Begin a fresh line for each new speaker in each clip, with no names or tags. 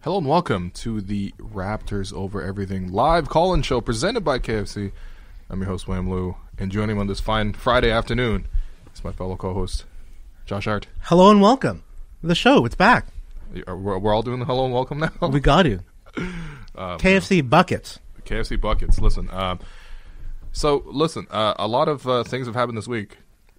Hello and welcome to the Raptors Over Everything live call-in show presented by KFC. I'm your host, Wham Lou, and joining me on this fine Friday afternoon is my fellow co-host, Josh Hart.
Hello and welcome. The show, it's back.
Are- We're we're all doing the hello and welcome now? Um,
We got you. KFC buckets.
KFC buckets. Listen, um, so listen, uh, a lot of uh, things have happened this week,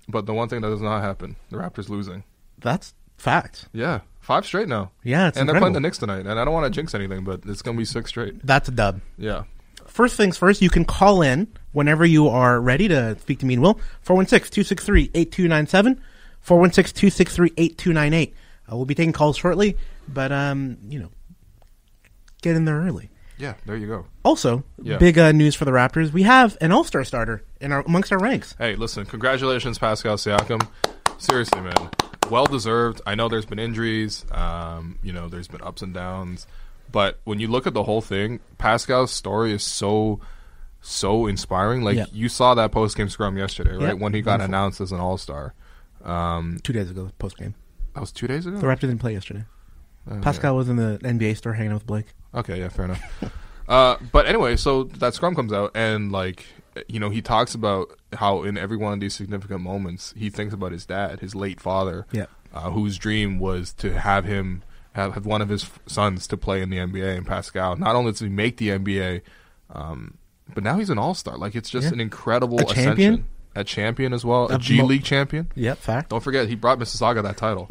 but the one thing that does not happen, the Raptors losing.
That's fact.
Yeah, five straight now.
Yeah, it's
and they're playing
incredible.
the Knicks tonight, and I don't want to jinx anything, but it's gonna be six straight.
That's a dub.
Yeah,
First things first, you can call in whenever you are ready to speak to me and Will. 416-263-8297. 416-263-8298. Uh, we'll be taking calls shortly, but um, you know, get in there early.
yeah. There you go.
Also,
Yeah.
big uh, news for the Raptors. We have an All-Star starter in our amongst our ranks.
Hey, listen, congratulations, Pascal Siakam. Seriously, man, well deserved. I know there's been injuries, um, you know, there's been ups and downs, but when you look at the whole thing, Pascal's story is so, so inspiring. Like
Yeah.
you saw that post game scrum yesterday, right?
Yeah,
When he got announced as an Um, All Star,
2 days ago post game.
that was two days ago. Oh,
The Raptors didn't play yesterday. Pascal was in the NBA store hanging out with Blake.
Okay, yeah, fair enough. uh, but anyway, so that scrum comes out, and like you know, he talks about how in every one of these significant moments, he thinks about his dad, his late father,
Yeah.
uh, whose dream was to have him have, have one of his f- sons to play in the NBA. And Pascal, not only does he make the NBA, um, but now he's an all star. Like it's just
Yeah.
an incredible
A
ascension.
champion?
a champion as well, a
A
G
mo-
League champion.
Yep, fact.
Don't forget, he brought Mississauga that title.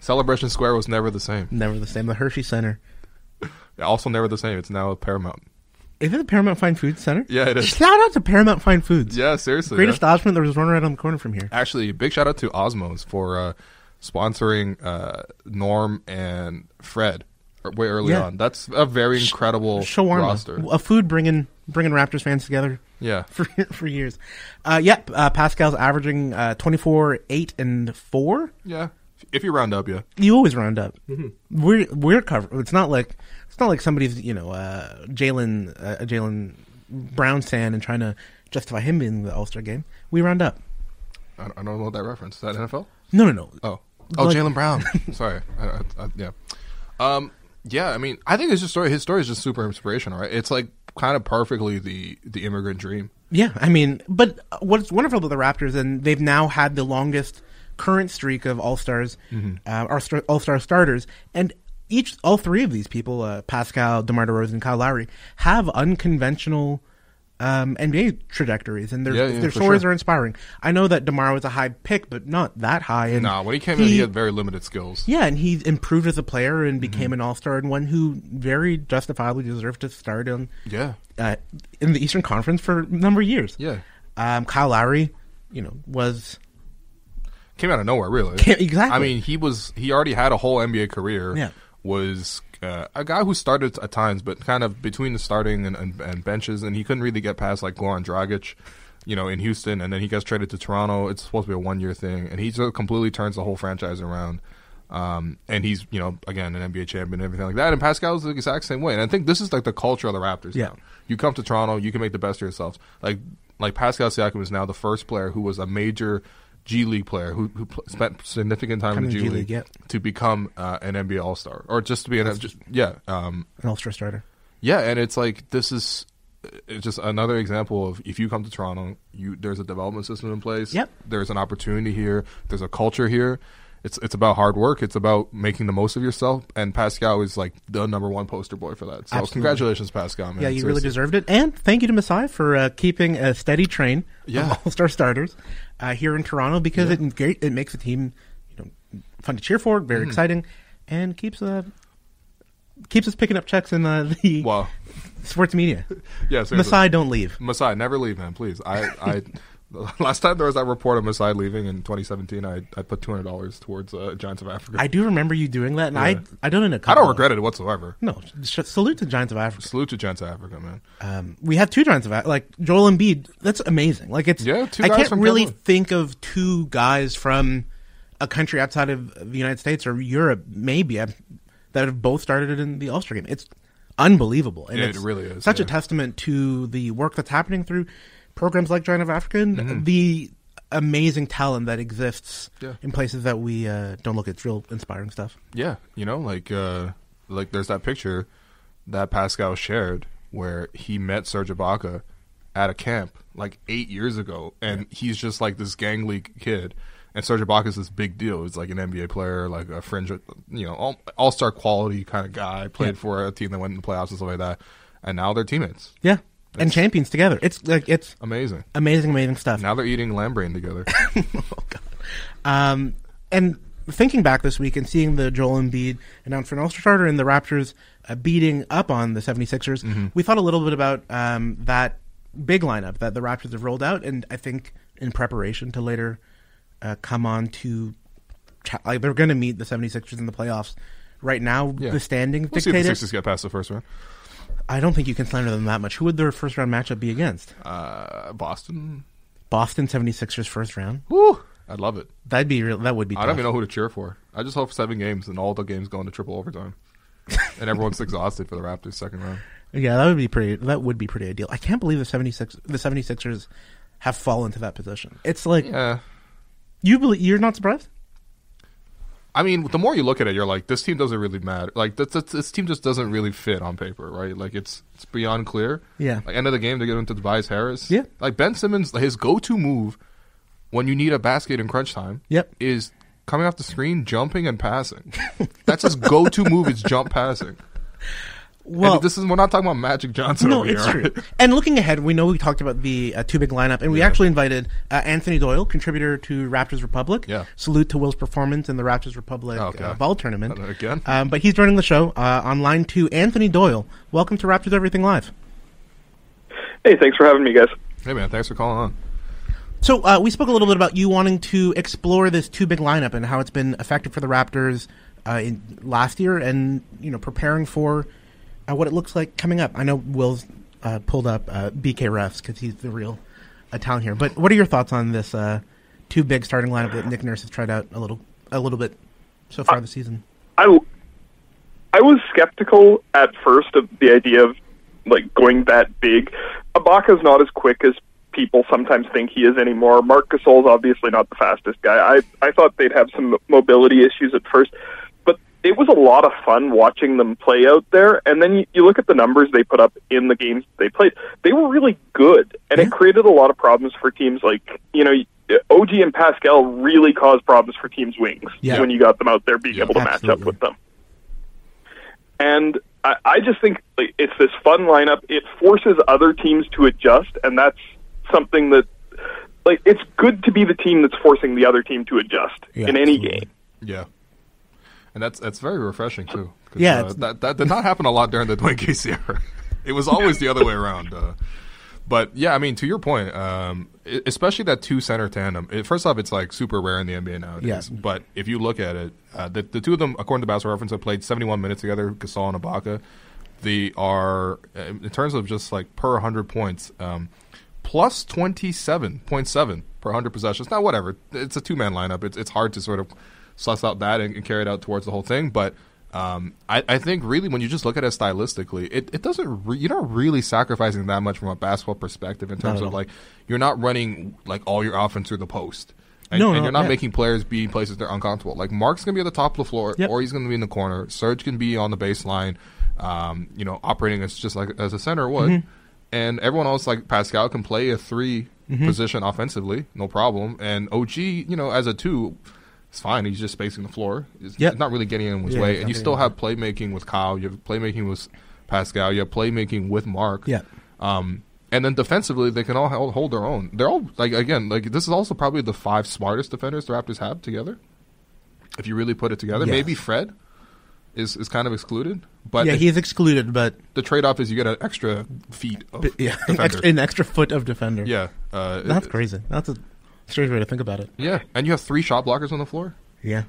Celebration Square was never the same.
Never the same. The Hershey Center.
Also, never the same. It's now Paramount.
Is it the Paramount Fine Foods Center?
Yeah, it is.
Shout out to Paramount Fine Foods.
Yeah, seriously.
Great
yeah.
establishment. There was one right on the corner from here.
Actually, big shout out to Osmos for uh, sponsoring uh, Norm and Fred er- way early
Yeah.
on. That's a very incredible
Shawarma,
roster.
a food bringing bringing Raptors fans together
Yeah.
for for years. Uh, yep, uh, Pascal's averaging uh, twenty four, eight, and four.
Yeah. If you round up, yeah.
You always round up.
Mm-hmm.
We're we're covered. It's not like it's not like somebody's you know uh, Jalen uh, Jalen Brown stand and trying to justify him being the All Star game. We round up.
I I don't know that reference. Is that NFL?
No, no, no.
Oh. Oh,
Like-
Jalen Brown. Sorry. I, I, I, yeah. Um, yeah, I mean, I think his story, his story is just super inspirational, right? It's like kind of perfectly the, the immigrant dream.
Yeah, I mean, but what's wonderful about the Raptors, and they've now had the longest current streak of All Stars,
Mm-hmm.
uh, All Star starters, and each all three of these people, uh, Pascal, Demar Derozan, and Kyle Lowry, have unconventional um, NBA trajectories, and their
Yeah, yeah,
their
for
stories
sure.
are inspiring. I know that Demar was a high pick, but not that high. And
Nah, when he came in, he had very limited skills.
yeah, and he improved as a player and became
Mm-hmm.
an All Star and one who very justifiably deserved to start on
Yeah.
uh, in the Eastern Conference for a number of years.
Yeah.
Um, Kyle Lowry, you know, was
came out of nowhere, really.
Came- exactly.
I mean, he was he already had a whole NBA career.
Yeah.
Was uh, a guy who started at times, but kind of between the starting and, and, and benches, and he couldn't really get past like Goran Dragic, you know, in Houston, and then he gets traded to Toronto. It's supposed to be a one year thing, and he just completely turns the whole franchise around. Um, and he's you know again an NBA champion and everything like that. And Pascal's the exact same way. And I think this is like the culture of the Raptors
Yeah.
now. You come to Toronto, you can make the best of yourselves. Like like Pascal Siakam is now the first player who was a major G League player who, who pl- spent significant time in the G, League,
yeah.
to become uh, an NBA All Star or just to be an just, yeah um,
an All-Star starter.
yeah. And it's like this is uh, it's just another example of if you come to Toronto, you there's a development system in place.
Yep.
There's an opportunity here. There's a culture here. It's it's about hard work. It's about making the most of yourself. And Pascal is like the number one poster boy for that. So
Absolutely.
congratulations, Pascal. Man.
Yeah, you really
Seriously.
deserved it. And thank you to Masai for uh, keeping a steady train
Yeah.
of All-Star starters uh, here in Toronto because it it it makes the team you know fun to cheer for,
Hmm.
very exciting, and keeps uh, keeps us picking up checks in uh, the
Wow.
sports media.
Yeah, seriously.
Masai, don't leave.
Masai, never leave, man. Please, I, I, The Last time there was that report of Masai leaving in 2017, I, I put $200 towards uh, Giants of Africa.
I
I,
do remember you doing that, and I I done it in a couple.
don't regret it whatsoever.
No, sh- salute to Giants of Africa.
Salute to Giants of Africa, man.
Um, we have two Giants of Africa. Like Joel Embiid, that's amazing. Like it's
Yeah, two
I
guys
can't
from
really
Cameroon.
think of two guys from a country outside of the United States or Europe, maybe um, that have both started in the All Star game. It's unbelievable, and
Yeah, it
it's
really is,
such a
yeah.
testament to the work that's happening through programs like Giant of Africa and the amazing talent that exists
Mm-hmm. Yeah.
in places that we uh, don't look. at. It's real inspiring stuff.
Yeah, you know, like uh like there's that picture that Pascal shared where he met Serge Ibaka at a camp like eight years ago, and he's just like this gangly kid. And Serge Ibaka is this big deal. He's like an NBA player, like a fringe, you know, all star quality kind of guy. Played for a team that went in the playoffs and stuff like that. And now they're teammates.
Yeah, and champions together. It's like it's
Amazing.
amazing, amazing stuff.
Now they're eating lamb brain together.
Oh, Um, and thinking back this week and seeing the Joel Embiid announced for an All-Star starter and the Raptors uh, beating up on the 76ers,
Mm-hmm.
we thought a little bit about um, that big lineup that the Raptors have rolled out. And I think in preparation to later uh, come on to cha- like they're going to meet the 76ers in the playoffs. Right now,
Yeah.
the standings
We'll see if
dictate
the
it.
Sixers get past the first round.
I don't think you can slander them that much. Who would their first round matchup be against?
Uh, Boston.
Boston 76ers first round.
Woo! I'd love it.
That'd be real. That would be.
I
tough.
don't even know who to cheer for. I just hope seven games and all the games go into triple overtime, and everyone's exhausted for the Raptors second round.
Yeah, that would be pretty that would be pretty ideal. I can't believe the 76 the 76ers have fallen to that position. It's like
Yeah,
you believe you're not surprised?
I mean, the more you look at it, you're like, this team doesn't really matter. Like this, this, this team just doesn't really fit on paper, right? Like it's it's beyond clear.
Yeah.
Like end of the game, they get into Tobias Harris.
Yeah.
Like Ben Simmons, his go-to move when you need a basket in crunch time.
Yep.
Is coming off the screen, jumping and passing. That's his go-to move. Is jump passing. Well,
Well,
this is we're not talking about Magic Johnson.
no,
over here,
it's
right?
true. And looking ahead, we know we talked about the uh, two big lineup, and we actually invited uh, Anthony Doyle, contributor to Raptors Republic.
Yeah.
Salute to Will's performance in the Raptors Republic
Okay.
uh, ball tournament.
Uh, Oh, again?
Um, but he's joining the show uh, on line two. Anthony Doyle, welcome to Raptors Everything Live.
Hey, thanks for having me, guys.
Hey man, thanks for calling on.
So uh, we spoke a little bit about you wanting to explore this two big lineup and how it's been effective for the Raptors uh, in last year, and you know preparing for uh, what it looks like coming up. I know Will's uh, pulled up uh, BK refs because he's the real Italian here. But what are your thoughts on this uh, two big starting lineup that Nick Nurse has tried out a little a little bit so
Uh,
far this season?
I, I was skeptical at first of the idea of like going that big. Ibaka's not as quick as people sometimes think he is anymore. Mark Gasol's obviously not the fastest guy. I I thought they'd have some mobility issues at first, but it was a lot of fun watching them play out there. And then you, you look at the numbers they put up in the games they played; they were really good, and it created a lot of problems for teams like you know. OG and Pascal really caused problems for teams' wings
Yeah.
when you got them out there being able to match
Absolutely.
up with them. And I, I just think like, it's this fun lineup. It forces other teams to adjust, and that's something that, like, it's good to be the team that's forcing the other team to adjust
Yeah,
in any
absolutely.
game.
Yeah, and that's that's very refreshing too. 'cause,
Yeah,
uh,
it's-
that that did not happen a lot during the Dwayne Casey era. It was always the other way around. Uh, but yeah, I mean, to your point, um, e- especially that two center tandem. It, first off, it's like super rare in the NBA nowadays.
Yeah.
But if you look at it, uh, the, the two of them, according to Basketball Reference, have played 71 minutes together, Gasol and Ibaka. They are, uh, in terms of just like per 100 points, um, plus 27.7 per 100 possessions. Now, whatever. It's a two man lineup. It's, it's hard to sort of suss out that and, and carry it out towards the whole thing. But um, I, I think really when you just look at it stylistically, it, it doesn't re- you're not really sacrificing that much from a basketball perspective in terms
at
of
all.
like you're not running like all your offense through the post. And,
No,
and
no,
you're not
yeah.
making players be in places they're uncomfortable. Like Mark's gonna be at the top of the floor,
Yep.
or he's gonna be in the corner. Serge can be on the baseline, um, you know, operating as just like as a center would.
Mm-hmm.
And everyone else, like Pascal, can play a 3
Mm-hmm.
position offensively, no problem. And OG, you know, as a two, it's fine. He's just spacing the floor. He's
Yep.
not really getting in anyone's
Yeah,
way.
he's
And
not
you
getting
still
in.
have playmaking with Kyle. You have playmaking with Pascal. You have playmaking with Mark.
Yeah.
Um, and then defensively, they can all hold, hold their own. They're all like again, like this is also probably the five smartest defenders the Raptors have together. If you really put it together,
Yes.
maybe Fred is, is kind of excluded. But
yeah,
if-
he is excluded, but
the trade off is you get an extra feet of
but yeah, an
oh, defender.
extra, an extra foot of defender.
yeah. Uh,
that's
it-
crazy. That's a strange way to think about it.
Yeah, and you have three shot blockers on the floor.
Yeah,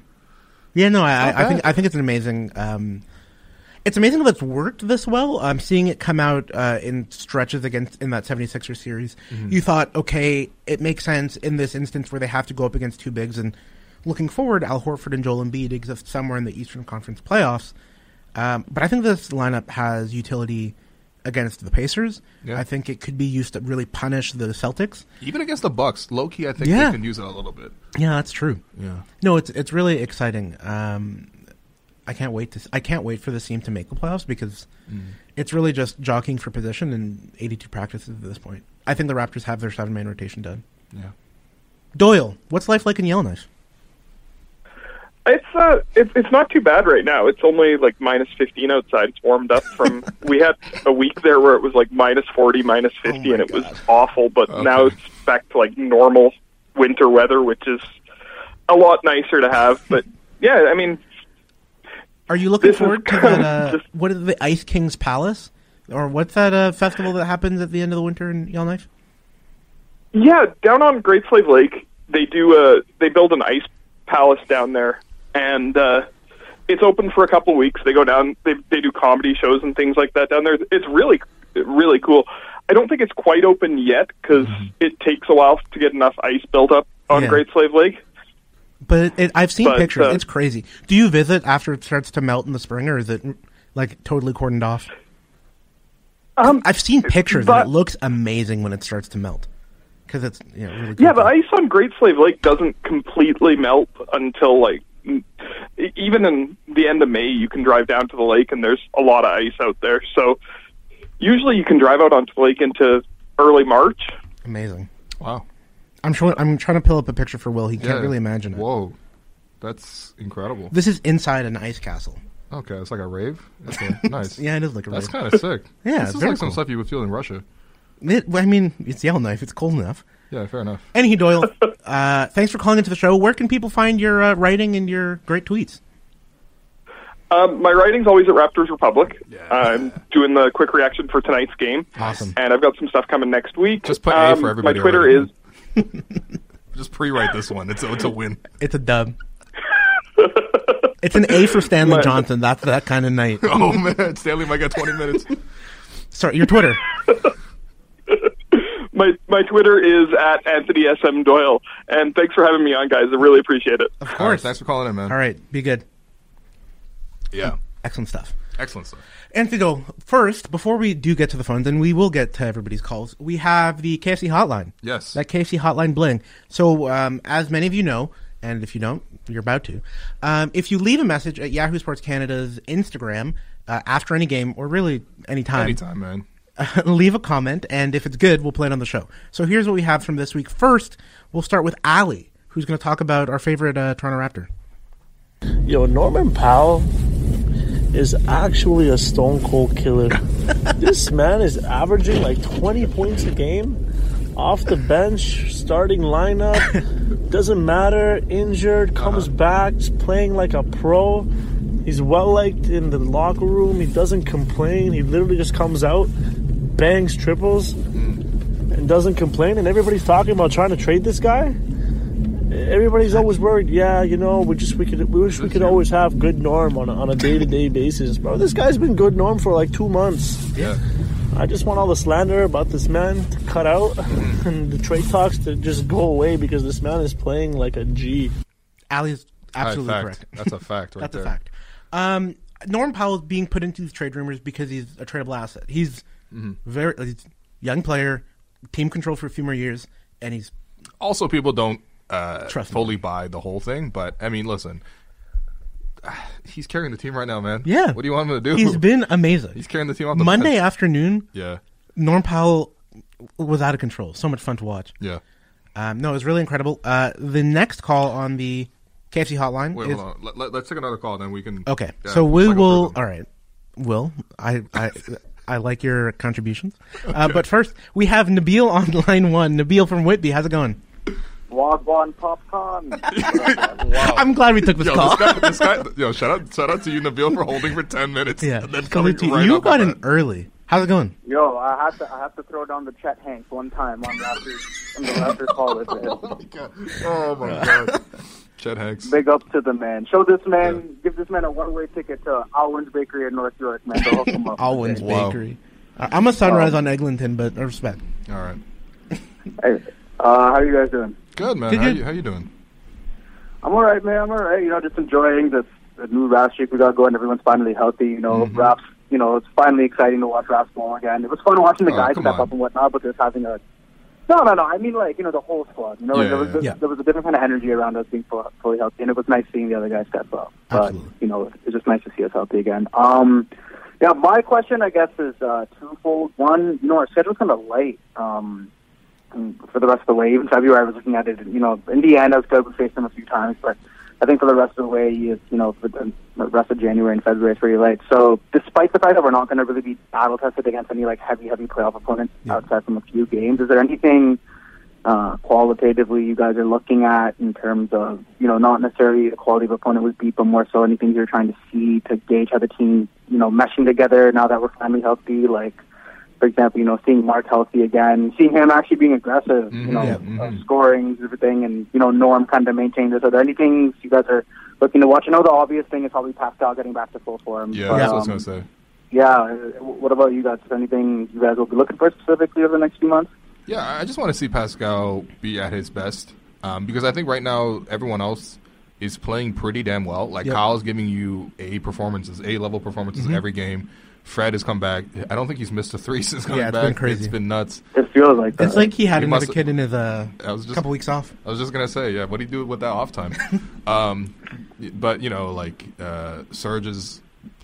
yeah. No, I,
Not
I think
bad.
I think it's an amazing. Um, it's amazing that it's worked this well. I'm seeing it come out uh, in stretches against in that 76er series. You thought, okay, it makes sense in this instance where they have to go up against two bigs. And looking forward, Al Horford and Joel Embiid exist somewhere in the Eastern Conference playoffs. Um, but I think this lineup has utility against the Pacers.
Yeah.
I think it could be used to really punish the Celtics.
Even against the Bucks, low key, I think
Yeah.
they can use it a little bit.
Yeah, that's true.
Yeah.
No, it's it's really exciting. Um, I can't wait to s- I can't wait for this team to make the playoffs because
Mm.
it's really just jockeying for position in 82 practices at this point. I think the Raptors have their seven man rotation done.
Yeah.
Doyle, what's life like in Yellowknife?
It's uh, it's it's not too bad right now. It's only like minus fifteen outside. It's warmed up from. we had a week there where it was like minus forty, minus fifty,
Oh my
and it
God.
was awful. But
Okay.
now it's back to like normal winter weather, which is a lot nicer to have. But yeah, I mean,
Are you looking
This is
forward to
kind
that? Uh,
of just-
what is the Ice King's Palace or what's that uh, festival that happens at the end of the winter in Yellowknife?
Yeah, down on Great Slave Lake, they do a they build an ice palace down there, and uh, it's open for a couple weeks. They go down, they they do comedy shows and things like that down there. It's really really cool. I don't think it's quite open yet because it takes a while to get enough ice built up on
Yeah.
Great Slave Lake.
But it, it, I've seen
But,
pictures.
uh,
it's crazy. Do you visit after it starts to melt in the spring, or is it like totally cordoned off?
Um,
I've seen pictures,
but-
and it looks amazing when it starts to melt because it's you know, really.
Yeah,
cool.
the ice on Great Slave Lake doesn't completely melt until like m- even in the end of May. You can drive down to the lake, and there's a lot of ice out there. So usually you can drive out onto the lake into early March.
amazing.
Wow.
I'm sure. I'm trying to pull up a picture for Will. He
Yeah.
can't really imagine it.
Whoa. That's incredible.
This is inside an ice castle.
okay, it's like a rave. Okay, nice.
Yeah, it is like a
That's
rave.
kind of sick.
Yeah,
this is
very
like some
cool.
stuff you would feel in Russia.
It- well, I mean, it's Yellowknife. It's cold enough.
Yeah, fair enough.
Anywho, Doyle, uh, thanks for calling into the show. Where can people find your uh, writing and your great tweets?
Um, my writing's always at Raptors Republic. I'm doing the quick reaction for tonight's game.
Awesome.
And I've got some stuff coming next week.
Just put A
um,
for everybody
My Twitter
already.
is
Just pre-write this one. It's a, it's a win.
It's a dub. it's an A for Stanley
My-
Johnson. That's that kind of night.
Oh man, Stanley might get twenty minutes.
Sorry, your Twitter.
my my Twitter is at Anthony S M Doyle. And thanks for having me on, guys. I really appreciate it.
All
Of
right,
course.
thanks for calling in, man.
All right, be good.
Yeah,
Excellent stuff.
excellent stuff.
And to go first, before we do get to the phones, and we will get to everybody's calls, we have the KFC hotline.
Yes.
That KFC hotline bling. So, um, as many of you know, and if you don't, you're about to, um, if you leave a message at Yahoo Sports Canada's Instagram uh, after any game, or really any time,
Anytime, man.
leave a comment, and if it's good, we'll play it on the show. So, here's what we have from this week. First, we'll start with Ali, who's going to talk about our favorite uh, Toronto Raptor.
Yo, Norman Powell is actually a stone cold killer. this man is averaging like 20 points a game off the bench, starting lineup, doesn't matter, injured, comes back, is playing like a pro. He's well liked in the locker room. He doesn't complain. He literally just comes out, bangs triples, and doesn't complain. And everybody's talking about trying to trade this guy. Everybody's always worried. Yeah, you know, we just we could we wish we could always have good norm on a, on a day to day basis, bro. This guy's been good norm for like two months.
Yeah,
I just want all the slander about this man to cut out, and the trade talks to just go away because this man is playing like a G.
Ali is absolutely
Aye, fact.
correct.
That's a fact. Right
That's
there.
a fact. Um, Norm Powell's being put into these trade rumors because he's a tradable asset. He's
Mm-hmm.
very he's a young player, team control for a few more years, and he's
Also, people don't uh,
Trust me.
totally buy the whole thing, but I mean, listen, he's carrying the team right now, man.
yeah.
What do you want him to do?
He's been amazing.
He's carrying the team off the
Monday
bench.
afternoon.
Yeah,
Norm Powell was out of control. So much fun to watch.
yeah.
Um, no, it was really incredible. Uh, the next call on the KFC hotline
Wait,
is
hold on. Let, let, let's take another call, then we can.
Okay.
yeah,
so we
cycle through
will.
them.
All right. Will I? I. I like your contributions. Uh, but first, we have Nabil on line one. Nabil from Whitby. How's it going?
Wagwan popcorn. wow.
I'm glad we took this
Yo,
call.
this guy, this guy, yo, shout out, shout out to you, Nabil, for holding for ten minutes.
yeah,
and then coming
salute to you.
right
you
up
got
with
in early. How's it going?
Yo, I have to I have to throw down the Chet Hank one time on Raptors on the Raptors Hall with it.
that. Oh my god, Chet Hanks.
Big up to the man. Show this man, give this man a one way ticket to Alwyn's Bakery in North York, man. They'll hook him up.
Alwyn's
Wow.
Bakery. I- I'm a sunrise on Eglinton, but I respect.
All right,
Hey, uh, how you guys doing?
good man.
Did
How
you-
you how you doing?
I'm all right, man. I'm all right. You know, just enjoying this the new Raps streak we got going. Everyone's finally healthy. You know,
Mm-hmm.
Raps. You know, it's finally exciting to watch Raps go again. It was fun watching the
Oh,
guys
come
step
on.
up and whatnot, but just having a no, no, no. I mean, like you know, the whole squad. You know,
Yeah,
there was
yeah,
yeah.
there was a different kind of energy around us being full- fully healthy, and it was nice seeing the other guys step up. But
Absolutely.
you know, it's just nice to see us healthy again. Um, yeah, my question, I guess, is uh, twofold. One, you know, our schedule's kind of light. Um, for the rest of the way. Even February, I was looking at it. You know, in the end, I was good. We faced them a few times, but I think for the rest of the way, it's you know, for the the rest of January and February is pretty late. So, despite the fact that we're not going to really be battle tested against any like heavy, heavy playoff opponents outside from a few games, is there anything? Uh, qualitatively, you guys are looking at in terms of you know not necessarily the quality of opponent we beat, but more so anything you're trying to see to gauge how the team you know meshing together now that we're finally healthy. Like for example, you know, seeing Mark healthy again, seeing him actually being aggressive, you know,
Yeah.
uh, scoring and everything, and you know, Norm kind of maintained this. Are there any things you guys are looking to watch? I know the obvious thing is probably Pascal getting back to full form.
Yeah,
but,
that's what I was
um,
gonna say.
Yeah, uh, what about you guys? Is there anything you guys will be looking for specifically over the next few months?
Yeah, I- I just want to see Pascal be at his best um, because I think right now everyone else is playing pretty damn well. Like
Yep. Mm-hmm.
Kyle's giving you A performances, A level performances every game. Fred has come back. I don't think he's missed a three since coming
Yeah, it's
back.
been crazy.
It's been nuts.
It feels like that.
It's like he had
He
another
must-
kid in his uh,
I was just-
couple weeks off.
I was just gonna say, yeah. What do you do with that off time? um, but you know, like uh, Serge is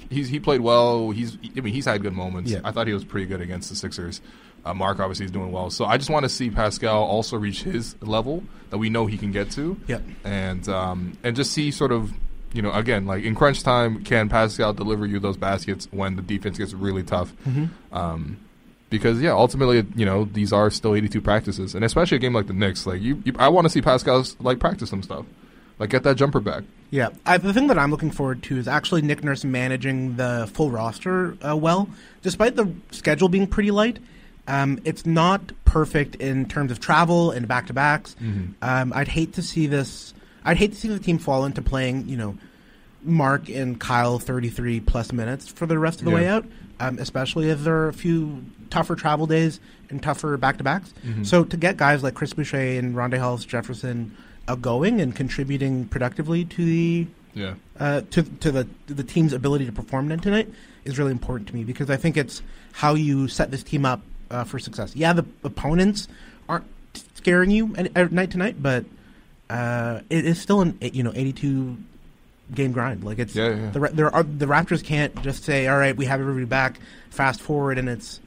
he's he played well. He's I mean he's had good moments.
Yeah.
I thought he was pretty good against the Sixers. Uh, Mark obviously is doing well. So I just want to see Pascal also reach his level that we know he can get to.
Yep.
And um, and just see sort of you know again like in crunch time can Pascal deliver you those baskets when the defense gets really tough. Um, because yeah, ultimately, you know, these are still 82 practices, and especially a game like the Knicks, like you, you I want to see Pascal's like practice some stuff, like get that jumper back.
Yeah, I, the thing that I'm looking forward to is actually Nick Nurse managing the full roster uh, well, despite the schedule being pretty light. Um, it's not perfect in terms of travel and back to backs.
Mm-hmm.
Um, I'd hate to see this. I'd hate to see the team fall into playing, you know, Mark and Kyle 33 plus minutes for the rest of the
Yeah.
way out, um, especially if there are a few tougher travel days and tougher back to backs. So to get guys like Chris Boucher and Rondé Hollis Jefferson uh, going and contributing productively to the
Yeah,
uh, to to the to the team's ability to perform then tonight is really important to me because I think it's how you set this team up uh, for success. Yeah, the opponents aren't scaring you an- uh, night to night, but uh, it is still an you know eighty two game grind. Like it's
Yeah, yeah.
the Ra- there are the Raptors can't just say all right we have everybody back. Fast forward and it's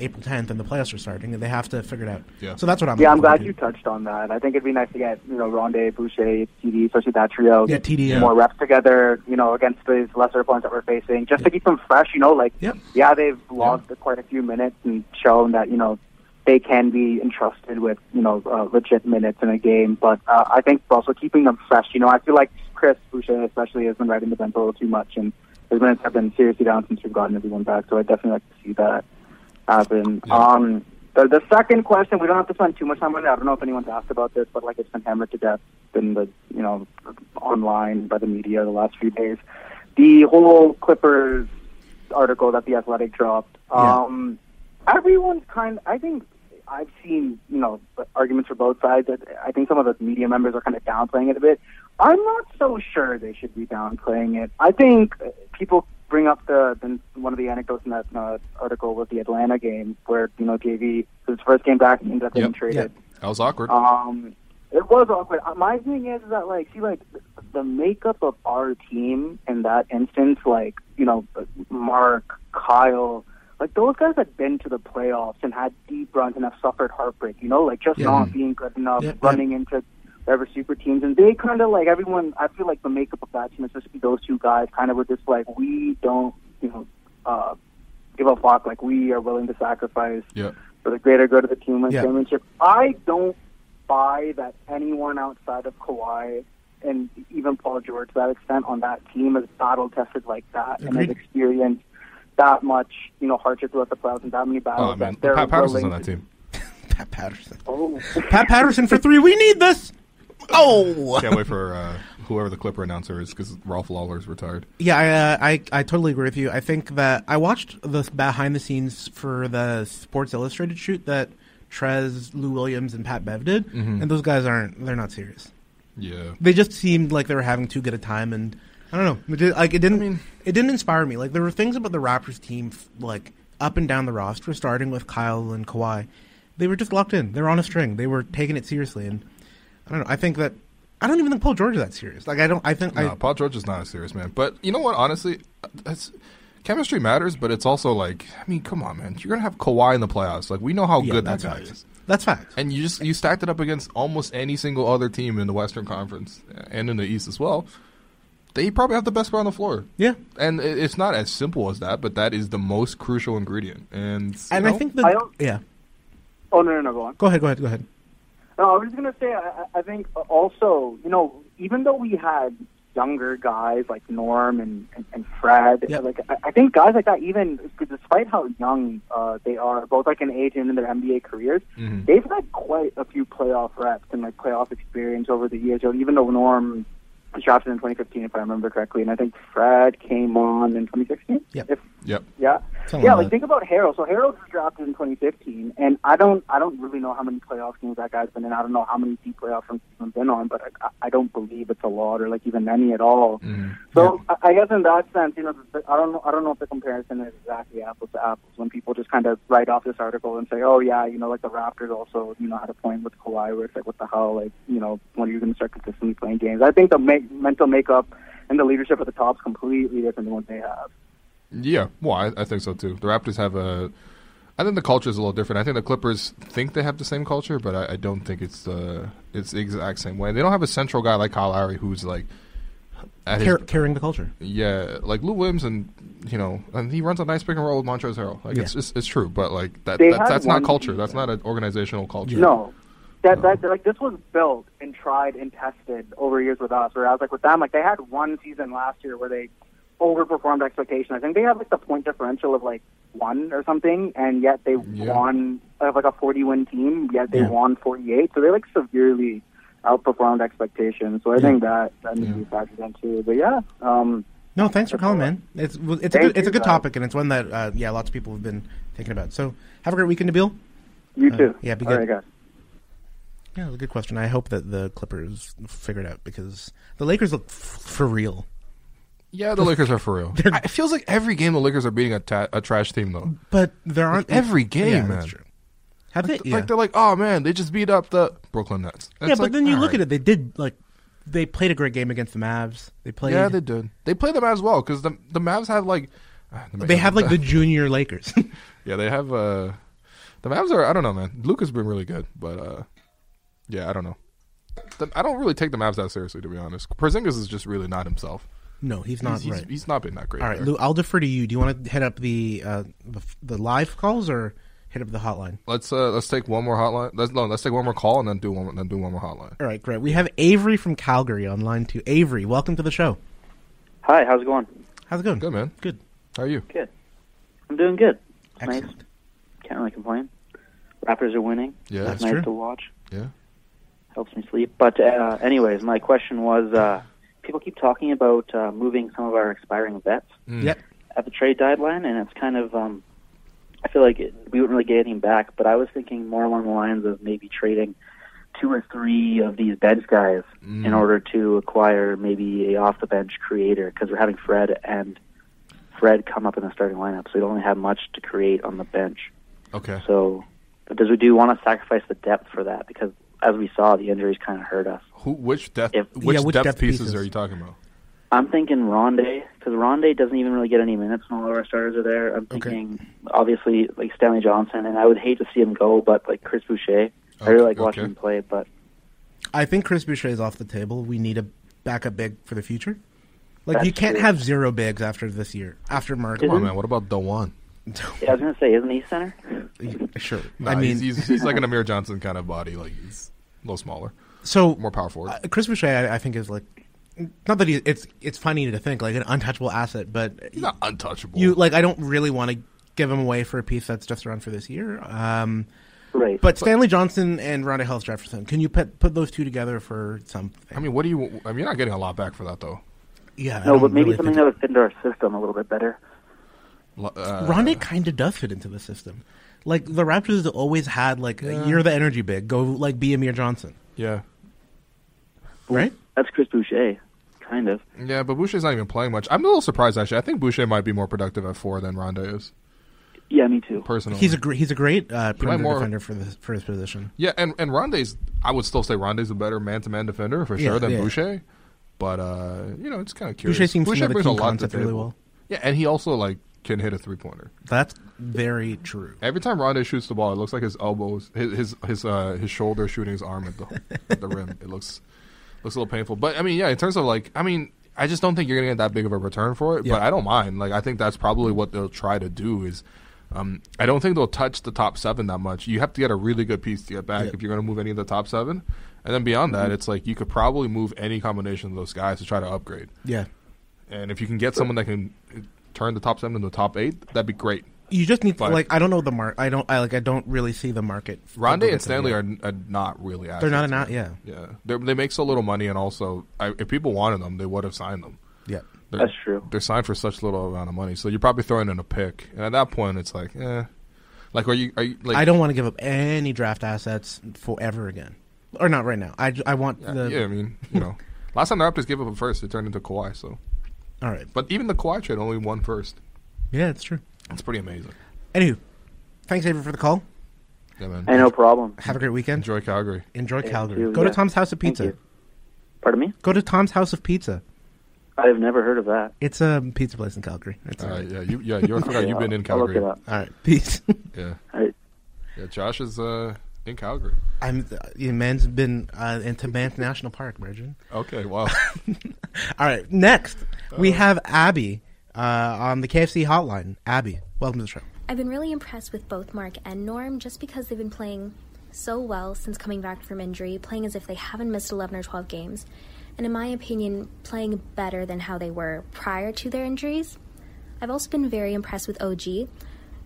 April tenth and the playoffs are starting and they have to figure it out.
Yeah.
So that's what I'm.
yeah, I'm
looking
glad
forward
you
to.
touched on that. I think it'd be nice to get you know Rondé, Boucher, TD, especially that trio.
Yeah, TD, yeah.
More reps together, you know, against these lesser opponents that we're facing, just to keep them fresh. You know, like
Yep.
yeah, they've logged quite a few minutes and shown that you know they can be entrusted with you know uh, legit minutes in a game. But uh, I think also keeping them fresh. You know, I feel like Chris Boucher especially has been riding the bench a little too much, and his minutes have been seriously down since we've gotten everyone back. So I definitely like to see that happen. Um, the, the second question, we don't have to spend too much time on it. I don't know if anyone's asked about this, but like it's been hammered to death in the you know online by the media the last few days. The whole Clippers article that the Athletic dropped.
Uh,
Yeah.
Um, Everyone's kind. I think I've seen you know arguments for both sides. I I think some of the media members are kind of downplaying it a bit. I'm not so sure they should be downplaying it. I think uh, people bring up the, the one of the anecdotes in that uh, article was the Atlanta game where you know JV his first game back ended up getting
Yep.
traded.
that was awkward.
Um, it was awkward. Uh, My thing is that, like, see, like, th- the makeup of our team in that instance, like, you know, Mark, Kyle, like, those guys had been to the playoffs and had deep runs and have suffered heartbreak, you know, like, just
Yeah.
not being good enough,
Yep, yep.
running into whatever super teams. And they kind of, like, everyone, I feel like the makeup of that team, especially those two guys, kind of were just like, we don't, you know, uh, give a fuck. Like, we are willing to sacrifice
yeah,
for the greater good of the team and
Yeah.
championship. I don't buy that anyone outside of Kawhi and even Paul George to that extent on that team is battle tested like that and has
Agreed.
experienced that much, you know, hardship throughout the playoffs and that many battles
Oh man,
that they're
Pat Patterson's on
willing
that
to-
team.
Pat Patterson.
Oh.
Pat Patterson for three. We need this. Oh.
Can't wait for uh, whoever the Clipper announcer is because Ralph Lawler's retired.
Yeah, I, uh, I I totally agree with you. I think that I watched the behind the scenes for the Sports Illustrated shoot that Trez, Lou Williams, and Pat Bev did, and those guys aren't they're not serious.
Yeah,
They just seemed like they were having too good a time, and I don't know. It did, like it didn't it didn't inspire me. Like there were things about the Raptors team f- like up and down the roster, starting with Kyle and Kawhi. They were just locked in. They were on a string. They were taking it seriously, and I don't know. I think that I don't even think Paul George is that serious. Like I don't. I think I,
nah, Paul George is not a serious man. But you know what? Honestly, that's, chemistry matters, but it's also like, I mean, come on, man, you're gonna have Kawhi in the playoffs. Like we know how
yeah,
good that
that's
guy
facts.
is.
That's facts.
and you just you stacked it up against almost any single other team in the Western Conference and in the East as well. They probably have the best player on the floor.
Yeah.
and it- it's not as simple as that, but that is the most crucial ingredient. And you
And I
know,
think that
I don't-
yeah.
Oh no, no, no, go on.
Go ahead, go ahead, go ahead.
No, I was going to say, I, I I think also, you know, even though we had younger guys like Norm and, and, and Fred,
Yep.
like I, I think guys like that, even despite how young uh, they are, both like in age and in their NBA careers, they've had quite a few playoff reps and like playoff experience over the years. You know, even though Norm drafted in 2015, if I remember correctly, and I think Fred came on in 2016.
Yep.
If
yep,
yeah,
Something
yeah.
like
Like
that.
think about Harold. So Harold was drafted in 2015, and I don't, I don't really know how many playoff games that guy's been in. I don't know how many deep playoff runs he's been on, but I, I don't believe it's a lot or like even any at all. So I, I guess in that sense, you know, the, I don't know, I don't know if the comparison is exactly apples to apples when people just kind of write off this article and say, oh yeah, you know, like the Raptors also, you know, had a point with Kawhi where it's like, what the hell, like, you know, when are you going to start consistently playing games? I think the ma- mental makeup and the leadership at the top is completely different than what they have.
yeah. Well, I, I think so too. The Raptors have a. I think the culture is a little different. I think the Clippers think they have the same culture, but I, I don't think it's the it's the exact same way. They don't have a central guy like Kyle Lowry who's like at his
Car- carrying the culture.
Yeah, like Lou Williams, and you know, and he runs a nice pick and roll with Montrezl Harrell. Like it's,
Yeah.
it's it's true, but like that,
They
that
had
that's not
one-
culture. That's not an organizational culture.
No. That, that like this was built and tried and tested over years with us. Whereas like with them, like they had one season last year where they overperformed expectation. I think they had like the point differential of like one or something, and yet they
Yeah.
won of like a forty-one team, yet they
Yeah.
won forty-eight. So they like severely outperformed expectations. So I think that that needs to be factored in too. But yeah, um,
No, thanks for calling, man. It's it's a
Thank
good, it's a
you,
good
guys.
topic, and it's one that uh, yeah, lots of people have been thinking about. So have a great weekend, Nabil.
you
Uh,
too.
yeah, be
All
good.
right, guys.
Yeah, it's a good question. I hope that the Clippers figure it out because the Lakers look f- for real.
Yeah, the Lakers are for real. I- It feels like every game the Lakers are beating a, ta- a trash team though.
But there aren't
every game,
Yeah,
man.
that's true. Have they? Yeah,
Like they're like, oh man, they just beat up the Brooklyn Nets.
yeah but then you look at it. They did like they played a great game against the Mavs. They played.
Yeah, they did. They play the Mavs well because the the Mavs have like ah, the
they
Mavs-
have like the junior Lakers.
yeah they have uh the Mavs are I don't know man. Luca's been really good, but uh yeah I don't know. The, I don't really take the Mavs that seriously to be honest. Porzingis is just really not himself.
no, he's not
he's,
right.
He's, he's not been that great.
All right,
there.
Lou. I'll defer to you. Do you want to hit up the uh, the, the live calls or hit up the hotline?
Let's uh, let's take one more hotline. Let's no, let's take one more call and then do one then do one more hotline.
All right, great. We have Avery from Calgary on line two. Avery, welcome to the show.
Hi, how's it going?
How's it going?
Good man.
Good.
How are you?
Good. I'm doing good.
Excellent.
Nice. Can't really complain. Raptors are winning.
Yeah,
That's
that's
nice
true.
to watch.
Yeah.
Helps me sleep. But uh, anyways, my question was: uh, people keep talking about uh, moving some of our expiring vets
Yep.
at the trade deadline, and it's kind of um, I feel like it, we wouldn't really get anything back. But I was thinking more along the lines of maybe trading two or three of these bench guys in order to acquire maybe a off the bench creator because we're having Fred and Fred come up in the starting lineup, so we don't really have much to create on the bench.
Okay.
So, but does we do want to sacrifice the depth for that? Because as we saw, the injuries kind of hurt us.
Who? Which depth?
If-
which,
Yeah, which
depth,
depth
pieces,
pieces?
are you talking about?
I'm thinking Rondé because Rondé doesn't even really get any minutes when all of our starters are there. I'm thinking obviously like Stanley Johnson, and I would hate to see him go, but like Chris Boucher, I really
Okay,
like watching
okay.
him play. But
I think Chris Boucher is off the table. We need a backup big for the future. Like you
That's
can't
true.
have zero bigs after this year. After Mark,
Come on, man. What about Dawan?
yeah, I was gonna say, isn't he center?
sure.
Nah,
I mean,
he's, he's, he's like an Amir Johnson kind of body. Like he's a little smaller,
So
more power forward.
uh, Chris Boucher, I, I think, is like not that he, it's it's funny to think like an untouchable asset, but
He's not untouchable.
you like I don't really want to give him away for a piece that's just around for this year. Um,
Right.
but Stanley Johnson and Ronda Hells Jefferson, can you put put those two together for something?
I mean, what do you? I mean, you're not getting a lot back for that though.
yeah, I
no,
don't
but maybe
really
something
think-
that would fit into our system a little bit better.
Lo- Uh,
Rondé kind of does fit into the system. Like the Raptors always had like you're the energy big, go like be Amir Johnson,
yeah,
right?
That's Chris Boucher, kind of.
yeah, but Boucher's not even playing much. I'm a little surprised actually. I think Boucher might be more productive at four than Ronda is
Yeah, me too.
personally.
He's a gr- he's a great uh, perimeter
more-
defender for this for his position.
yeah, and and Ronda's. I would still say Ronda's a better man-to-man defender for
Yeah,
sure than
yeah.
Boucher. But uh, you know, it's kind of curious.
Boucher seems to know the
brings a
team
lot
concept
the
really
table.
well.
Yeah, and he also like can hit a three-pointer.
That's very true.
Every time Rondé shoots the ball, it looks like his elbows, his his his, uh, his shoulder shooting his arm at the at the rim. It looks looks a little painful. But I mean, yeah, in terms of like, I mean, I just don't think you're gonna get that big of a return for it. But I don't mind. Like, I think that's probably what they'll try to do is. Um, I don't think they'll touch the top seven that much. You have to get a really good piece to get back if you're going to move any of the top seven, and then beyond
Mm-hmm.
that, it's like you could probably move any combination of those guys to try to upgrade.
Yeah,
And if you can get someone that can uh, turn the top seven into the top eight, that'd be great.
you just need to,
But-
like I don't know the mark. I don't I like I don't really see the market. for
Rondé
both
and
of them
Stanley
yet.
are, are not really.
they're not
assets,
an out.
right?
Yeah,
Yeah, they they make so little money, and also I, if people wanted them, they would have signed them.
yeah.
They're,
That's true.
They're signed for such little amount of money, so you're probably throwing in a pick, and at that point, it's like, eh, like are you are you like
I don't want to give up any draft assets forever again, or not right now. I, j- I want the
uh, yeah, I mean, you know, last time the Raptors gave up a first, it turned into Kawhi. So,
all right.
but even the Kawhi trade only one first.
Yeah, it's true.
It's pretty amazing.
Anywho, thanks Avery for the call.
Yeah, man.
Hey, no problem.
Have a great weekend.
Enjoy Calgary.
Enjoy
Thank
Calgary.
you,
Go to
yeah.
Tom's House of
Thank
Pizza.
you. Pardon me?
Go to Tom's House of Pizza.
I've never heard of that.
It's a pizza place in Calgary. It's
Uh,
all right.
yeah, you, yeah, you I forgot
Okay,
you've been
I'll-
in
I'll look
Calgary.
it up.
All right. Peace.
Yeah,
All right.
yeah. Josh is uh, in Calgary.
I'm. Uh, yeah, man's been uh, into Banff National Park, Virgin.
Okay, wow.
All right. Next, we
Oh.
have Abby uh, on the KFC hotline. Abby, welcome to the show.
I've been really impressed with both Mark and Norm just because they've been playing so well since coming back from injury, playing as if they haven't missed 11 or 12 games, and in my opinion, playing better than how they were prior to their injuries. I've also been very impressed with OG.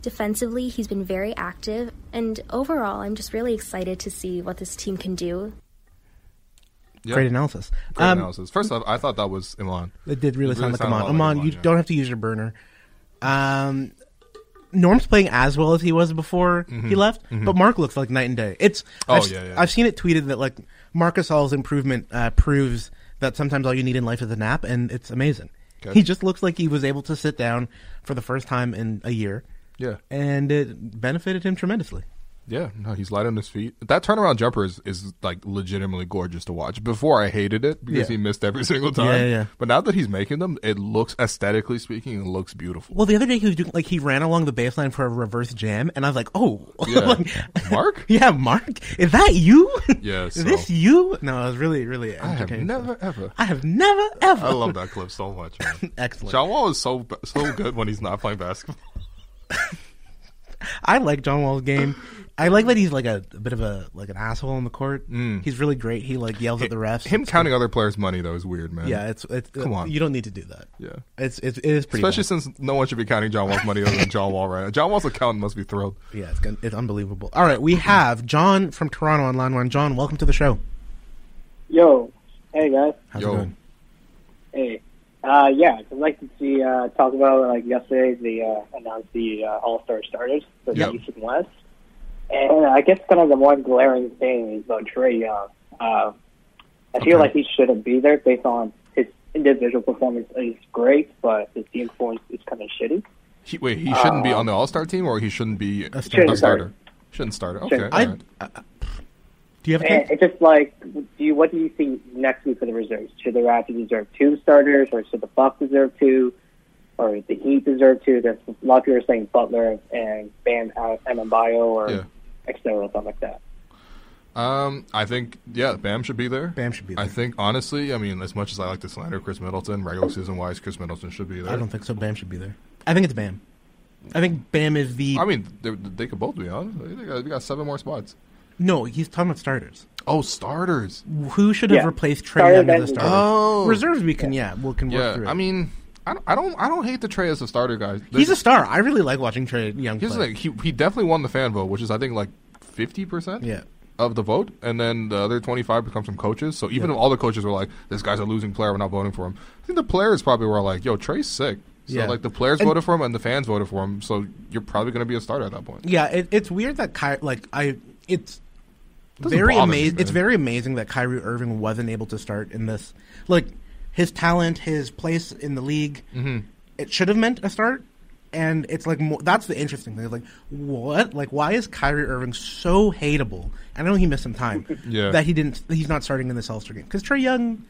Defensively, he's been very active, and overall, I'm just really excited to see what this team can do.
Yeah.
Great analysis.
Great
um,
analysis. First off, I thought that was Iman.
It did really,
It
sound like
sounded a
Amon.
lot
Amon,
like
you
yeah.
don't have to use your burner. Um, Norm's playing as well as he was before he left, but Mark looks like night and day. It's
Mm-hmm. Oh,
I've,
yeah, yeah.
I've seen it tweeted that like Marcus Hall's improvement uh, proves that sometimes all you need in life is a nap, and it's amazing.
Okay.
He just looks like he was able to sit down for the first time in a year,
Yeah,
and it benefited him tremendously.
yeah. No, he's light on his feet. That turnaround jumper is, is like legitimately gorgeous to watch. Before I hated it because he
Yeah.
missed every single time.
Yeah, yeah, yeah.
But now that he's making them, it looks aesthetically speaking, it looks beautiful.
Well, the other day he was doing like he ran along the baseline for a reverse jam, and I was like, "Oh,
Yeah.
Like-
Mark?
yeah, Mark, is that you?
Yeah,
is
so-
this you? No, I was really, really.
I have never ever.
I have never ever.
I love that clip so much. Man.
Excellent.
John Wall is so so good when he's not playing basketball.
I like John Wall's game. I like that he's like a, a bit of a like an asshole on the court. He's really great. He like yells at the refs.
Mm. Him counting other players' money though is weird, man.
yeah, it's it's. uh,
Come on.
you don't need to do that.
Yeah.
it's it's it is pretty.
Especially
Especially
since no one should be counting John Wall's money other than John Wall right now. John Wall's accountant must be thrilled.
yeah, it's gon- it's unbelievable. All right, we have John from Toronto on line one. John, welcome to the show.
Yo, hey guys,
How's
Yo.
it going?
hey. Uh, yeah, I'd like to see uh, talk about like yesterday they uh, announced the uh, All Star starters for
Yep.
the East and West, and I guess kind of the one glaring thing is about Trey Young. Uh, I feel like he shouldn't be there based on his individual performance is great, but his team performance is kind of shitty.
He, wait, he shouldn't be on the All Star team, or Uh, he shouldn't be a starter.
starter.
Shouldn't start. Okay,
Shouldn't
all
I,
right.
uh, do you have a
And
take?
it's just like, do you, what do you see next week for the reserves? Should the Raptors deserve two starters, or should the Bucks deserve two, or the Heat deserve two? There's a lot of people are saying Butler and Bam out Adebayo or
Yeah.
etc. or something like that.
Um, I think yeah, Bam should be there.
Bam should be there.
I think honestly, I mean, as much as I like to slander Chris Middleton, regular season wise, Chris Middleton should be there.
I don't think so. Bam should be there. I think it's Bam. I think Bam is the
I mean, they, they could both be on. They got, they got seven more spots.
no. He's talking about starters.
Oh, starters.
Who should have
Yeah.
replaced Trey
Starters
under the
and-
starters?
Oh,
Reserves we can yeah, we'll can work
Yeah,
through. it.
I mean, I don't, I don't, I don't hate the Trey as a starter, guys.
he's a star. I really like watching Trey Young
Here's the
play.
thing. He, he definitely won the fan vote, which is I think like fifty percent.
Yeah.
Of the vote, and then the other twenty-five becomes from coaches. So even if all the coaches were like, "This guy's a losing player, we're not voting for him," I think the players probably were like, "Yo, Trey's sick." So
Yeah.
like the players
And-
voted for him and the fans voted for him. So you're probably going to be a starter at that point.
Yeah, it, it's weird that Ky- like I it's
Doesn't
very
bother me,
amazing. It's
man.
very amazing that Kyrie Irving wasn't able to start in this. Like his talent, his place in the league,
Mm-hmm.
it should have meant a start. And it's like mo that's the interesting thing. Like what? Like why is Kyrie Irving so hateable? I know he missed some time.
Yeah.
That he didn't. He's not starting in this All Star game because Trey Young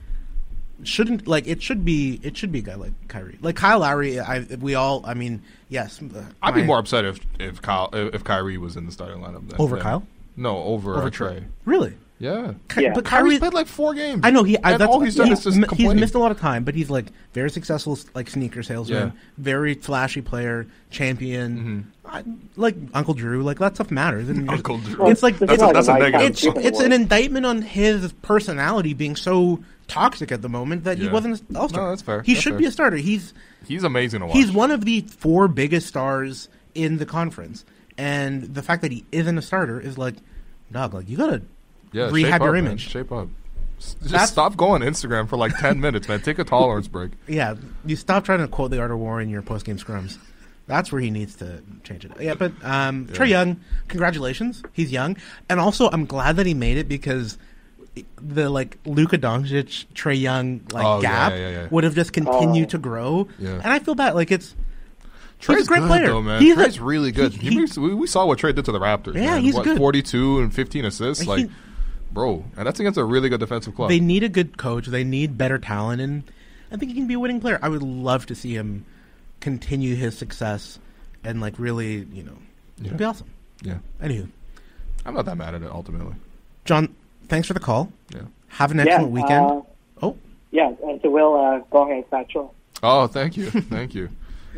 shouldn't like it should be it should be a guy like Kyrie like Kyle Lowry I we all I mean yes uh,
I'd be
my-
more upset if if Kyle if if Kyrie was in the starting lineup than,
Over
than-
Kyle?
No, over, uh, Trey.
really
Yeah.
Ky-
Yeah.
but Kyrie
Kyrie's played like four games.
I know he. I,
and
that's
all he's done
he-
is just
m- he's
complain.
missed a lot of time, but he's like very successful, s- like sneaker salesman,
Yeah. Mm-hmm.
very flashy player, champion, I, like Uncle Drew. Like that stuff matters. And
Uncle
it's-
Drew.
It's like
That's
it's,
a-
that's a negative.
It's, it's an indictment on his personality being so toxic at the moment that he
Yeah.
wasn't an all star.
No, that's fair.
He
That's
should
fair. Oh,
be a starter. He's
He's amazing to watch.
he's one of the four biggest stars in the conference, and the fact that he isn't a starter is like, dog, like you gotta
yeah, shape
rehab
up,
your
man.
image.
Shape up. S- Just
That's-
stop going Instagram for like ten minutes, man. Take a tolerance break.
Yeah, you stop trying to quote the art of war in your post game scrums. That's where he needs to change it. Yeah, but um, Trey Young, congratulations, he's young, and also I'm glad that he made it because the like Luka Doncic Trey Young like
Oh, yeah,
gap
yeah, yeah.
would have just continued to grow.
Yeah.
And I feel bad. Like it's
Trey's
he's a great
good,
player.
though, man.
He's a-
Trey's really good.
he-
He
he-
makes- we, we saw what Trey did to the Raptors.
Yeah,
man.
he's
what,
good.
Forty-two and fifteen assists,
He-
like, bro, and that's against a really good defensive club.
they need a good coach. They need better talent, and I think he can be a winning player. I would love to see him continue his success and like really, you know, it'd be awesome.
yeah,
Anywho,
I'm not that mad at it ultimately.
John, thanks for the call.
Yeah.
Have an excellent weekend.
Uh,
oh,
yeah, and to Will, uh, go ahead, Satchel.
Oh, thank you, thank you.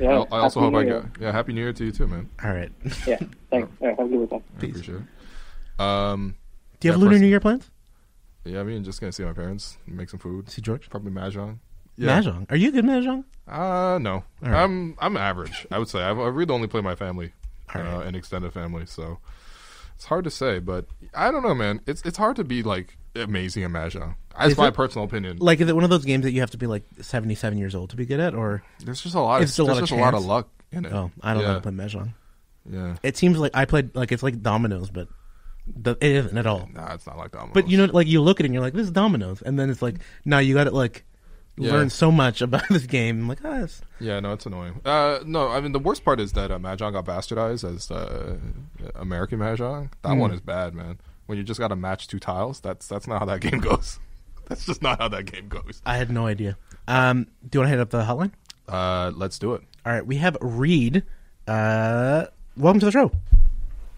Yeah,
I, I also
Happy
hope I
New
get
Year.
yeah. Happy New Year to you too, man.
all right. Do
Yeah, thanks. All right, have a good weekend.
I appreciate it. Um,
you
That
have Lunar
person-
New Year plans?
yeah, I mean, just gonna see my parents, make some food,
See George?
probably mahjong.
Mahjong. Are you a good at mahjong?
Uh, no.
All right.
I'm I'm average. I would say I've, I really only play my family,
All
uh,
right.
and extended family. So it's hard to say, but I don't know, man. It's it's hard to be like amazing at mahjong. That's
Is
my
it?
personal opinion.
Like, is it one of those games that you have to be like 77 years old to be good at? Or,
there's just a lot. Of,
it's a lot
there's
of
just a lot of
chance.
luck in it.
oh, I don't
yeah,
know how to play mahjong.
Yeah.
It seems like I played, like, it's like dominoes, but the, it isn't at all.
Nah, it's not like that.
But you know, like, you look at it and you're like, this is dominoes. And then it's like, no, you got to, like,
Yeah.
learn so much about this game. I'm like, ah, it's
Yeah, no, it's annoying. Uh, no, I mean the worst part is that uh, Mahjong got bastardized as uh, American Mahjong.
Hmm.
That one is bad, man. When you just got to match two tiles, that's that's not how that game goes. that's just not how that game goes.
I had no idea. Um, do you want to hit up the hotline?
Uh, let's do it.
All right, we have Reed. Uh, welcome to the show.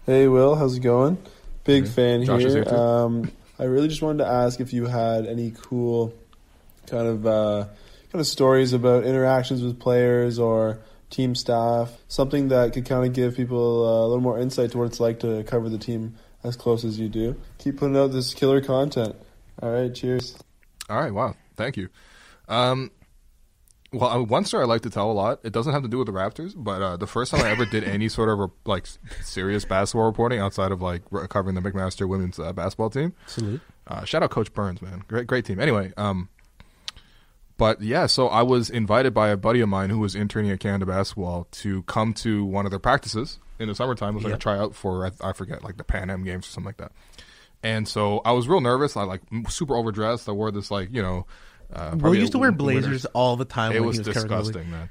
Hey Will, how's it going? Big fan
Mm-hmm. Josh is
here.
here too.
Um, I really just wanted to ask if you had any cool kind of uh, kind of stories about interactions with players or team staff, something that could kind of give people uh, a little more insight to what it's like to cover the team as close as you do. Keep putting out this killer content. All right, cheers.
All right, wow, thank you. Um, well, uh, one story I like to tell a lot. It doesn't have to do with the Raptors, but uh, the first time I ever did any sort of re- like s- serious basketball reporting outside of like re- covering the McMaster women's uh, basketball team.
Salute.
Uh, shout out Coach Burns, man. Great, great team. Anyway, um, but yeah, so I was invited by a buddy of mine who was interning at Canada Basketball to come to one of their practices in the summertime. It was like a tryout for I, I forget like the Pan Am Games or something like that. And so I was real nervous. I like m- super overdressed. I wore this like you know. Uh,
Will
probably
used to
a
wear
winter-
blazers all the time.
It
when
was,
he was covering the league.
disgusting, man.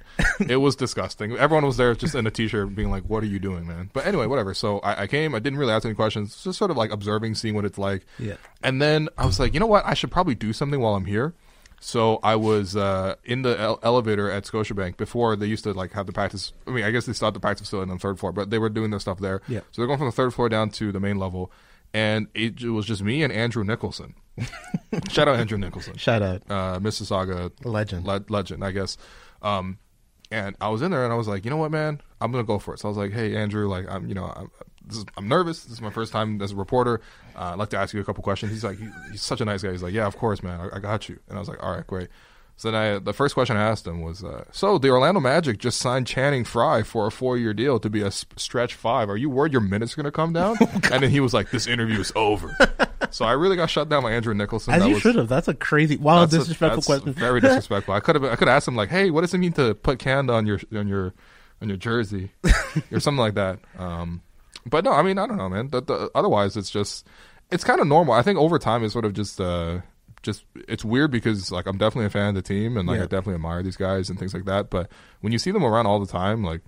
it was disgusting. Everyone was there just in a t-shirt, being like, "What are you doing, man?" But anyway, whatever. So I, I came. I didn't really ask any questions. Just sort of like observing, seeing what it's like.
Yeah.
And then I was like, you know what? I should probably do something while I'm here. So I was uh, in the ele- elevator at Scotiabank before they used to like have the practice. I mean, I guess they still had the practice facility on the third floor, but they were doing their stuff there.
Yeah.
So they're going from the third floor down to the main level, and it, it was just me and Andrew Nicholson. Shout out Andrew Nicholson
Shout out.
uh, Mississauga
Legend.
le- legend, I guess. Um, and I was in there, and I was like, you know what, man, I'm gonna go for it. So I was like, hey, Andrew, like, I'm, you know, I'm, this is, I'm nervous. This is my first time as a reporter. Uh, I'd like to ask you a couple questions. He's like, he, he's such a nice guy. He's like, yeah, of course, man. I, I got you. And I was like, all right, great. So then I, the first question I asked him was, uh, so the Orlando Magic just signed Channing Frye for a four-year deal to be a s- stretch five. Are you worried your minutes are going to come down?
Oh,
and then he was like, this interview is over. so I really got shut down by Andrew Nicholson.
As
That
you
was-
should have. That's a crazy, wild,
that's a-
disrespectful
that's
question.
Very disrespectful. I could have I could have asked him like, "Hey, what does it mean to put Canada on your on your on your jersey or something like that?" Um, but no, I mean I don't know, man. The, the, otherwise, it's just it's kind of normal. I think over time it's sort of just uh, just it's weird because like I'm definitely a fan of the team and like
Yeah.
I definitely admire these guys and things like that. But when you see them around all the time, like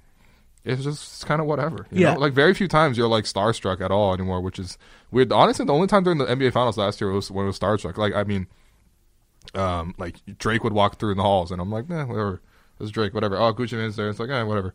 it's just kind of whatever. You
Yeah.
Know? Like very few times you're like starstruck at all anymore, which is weird. Honestly, the only time during the NBA Finals last year was when it was starstruck. Like I mean, um, like Drake would walk through in the halls, and I'm like, nah, whatever. It's Drake, whatever. Oh, Gucci Mane's there. It's like, eh, whatever.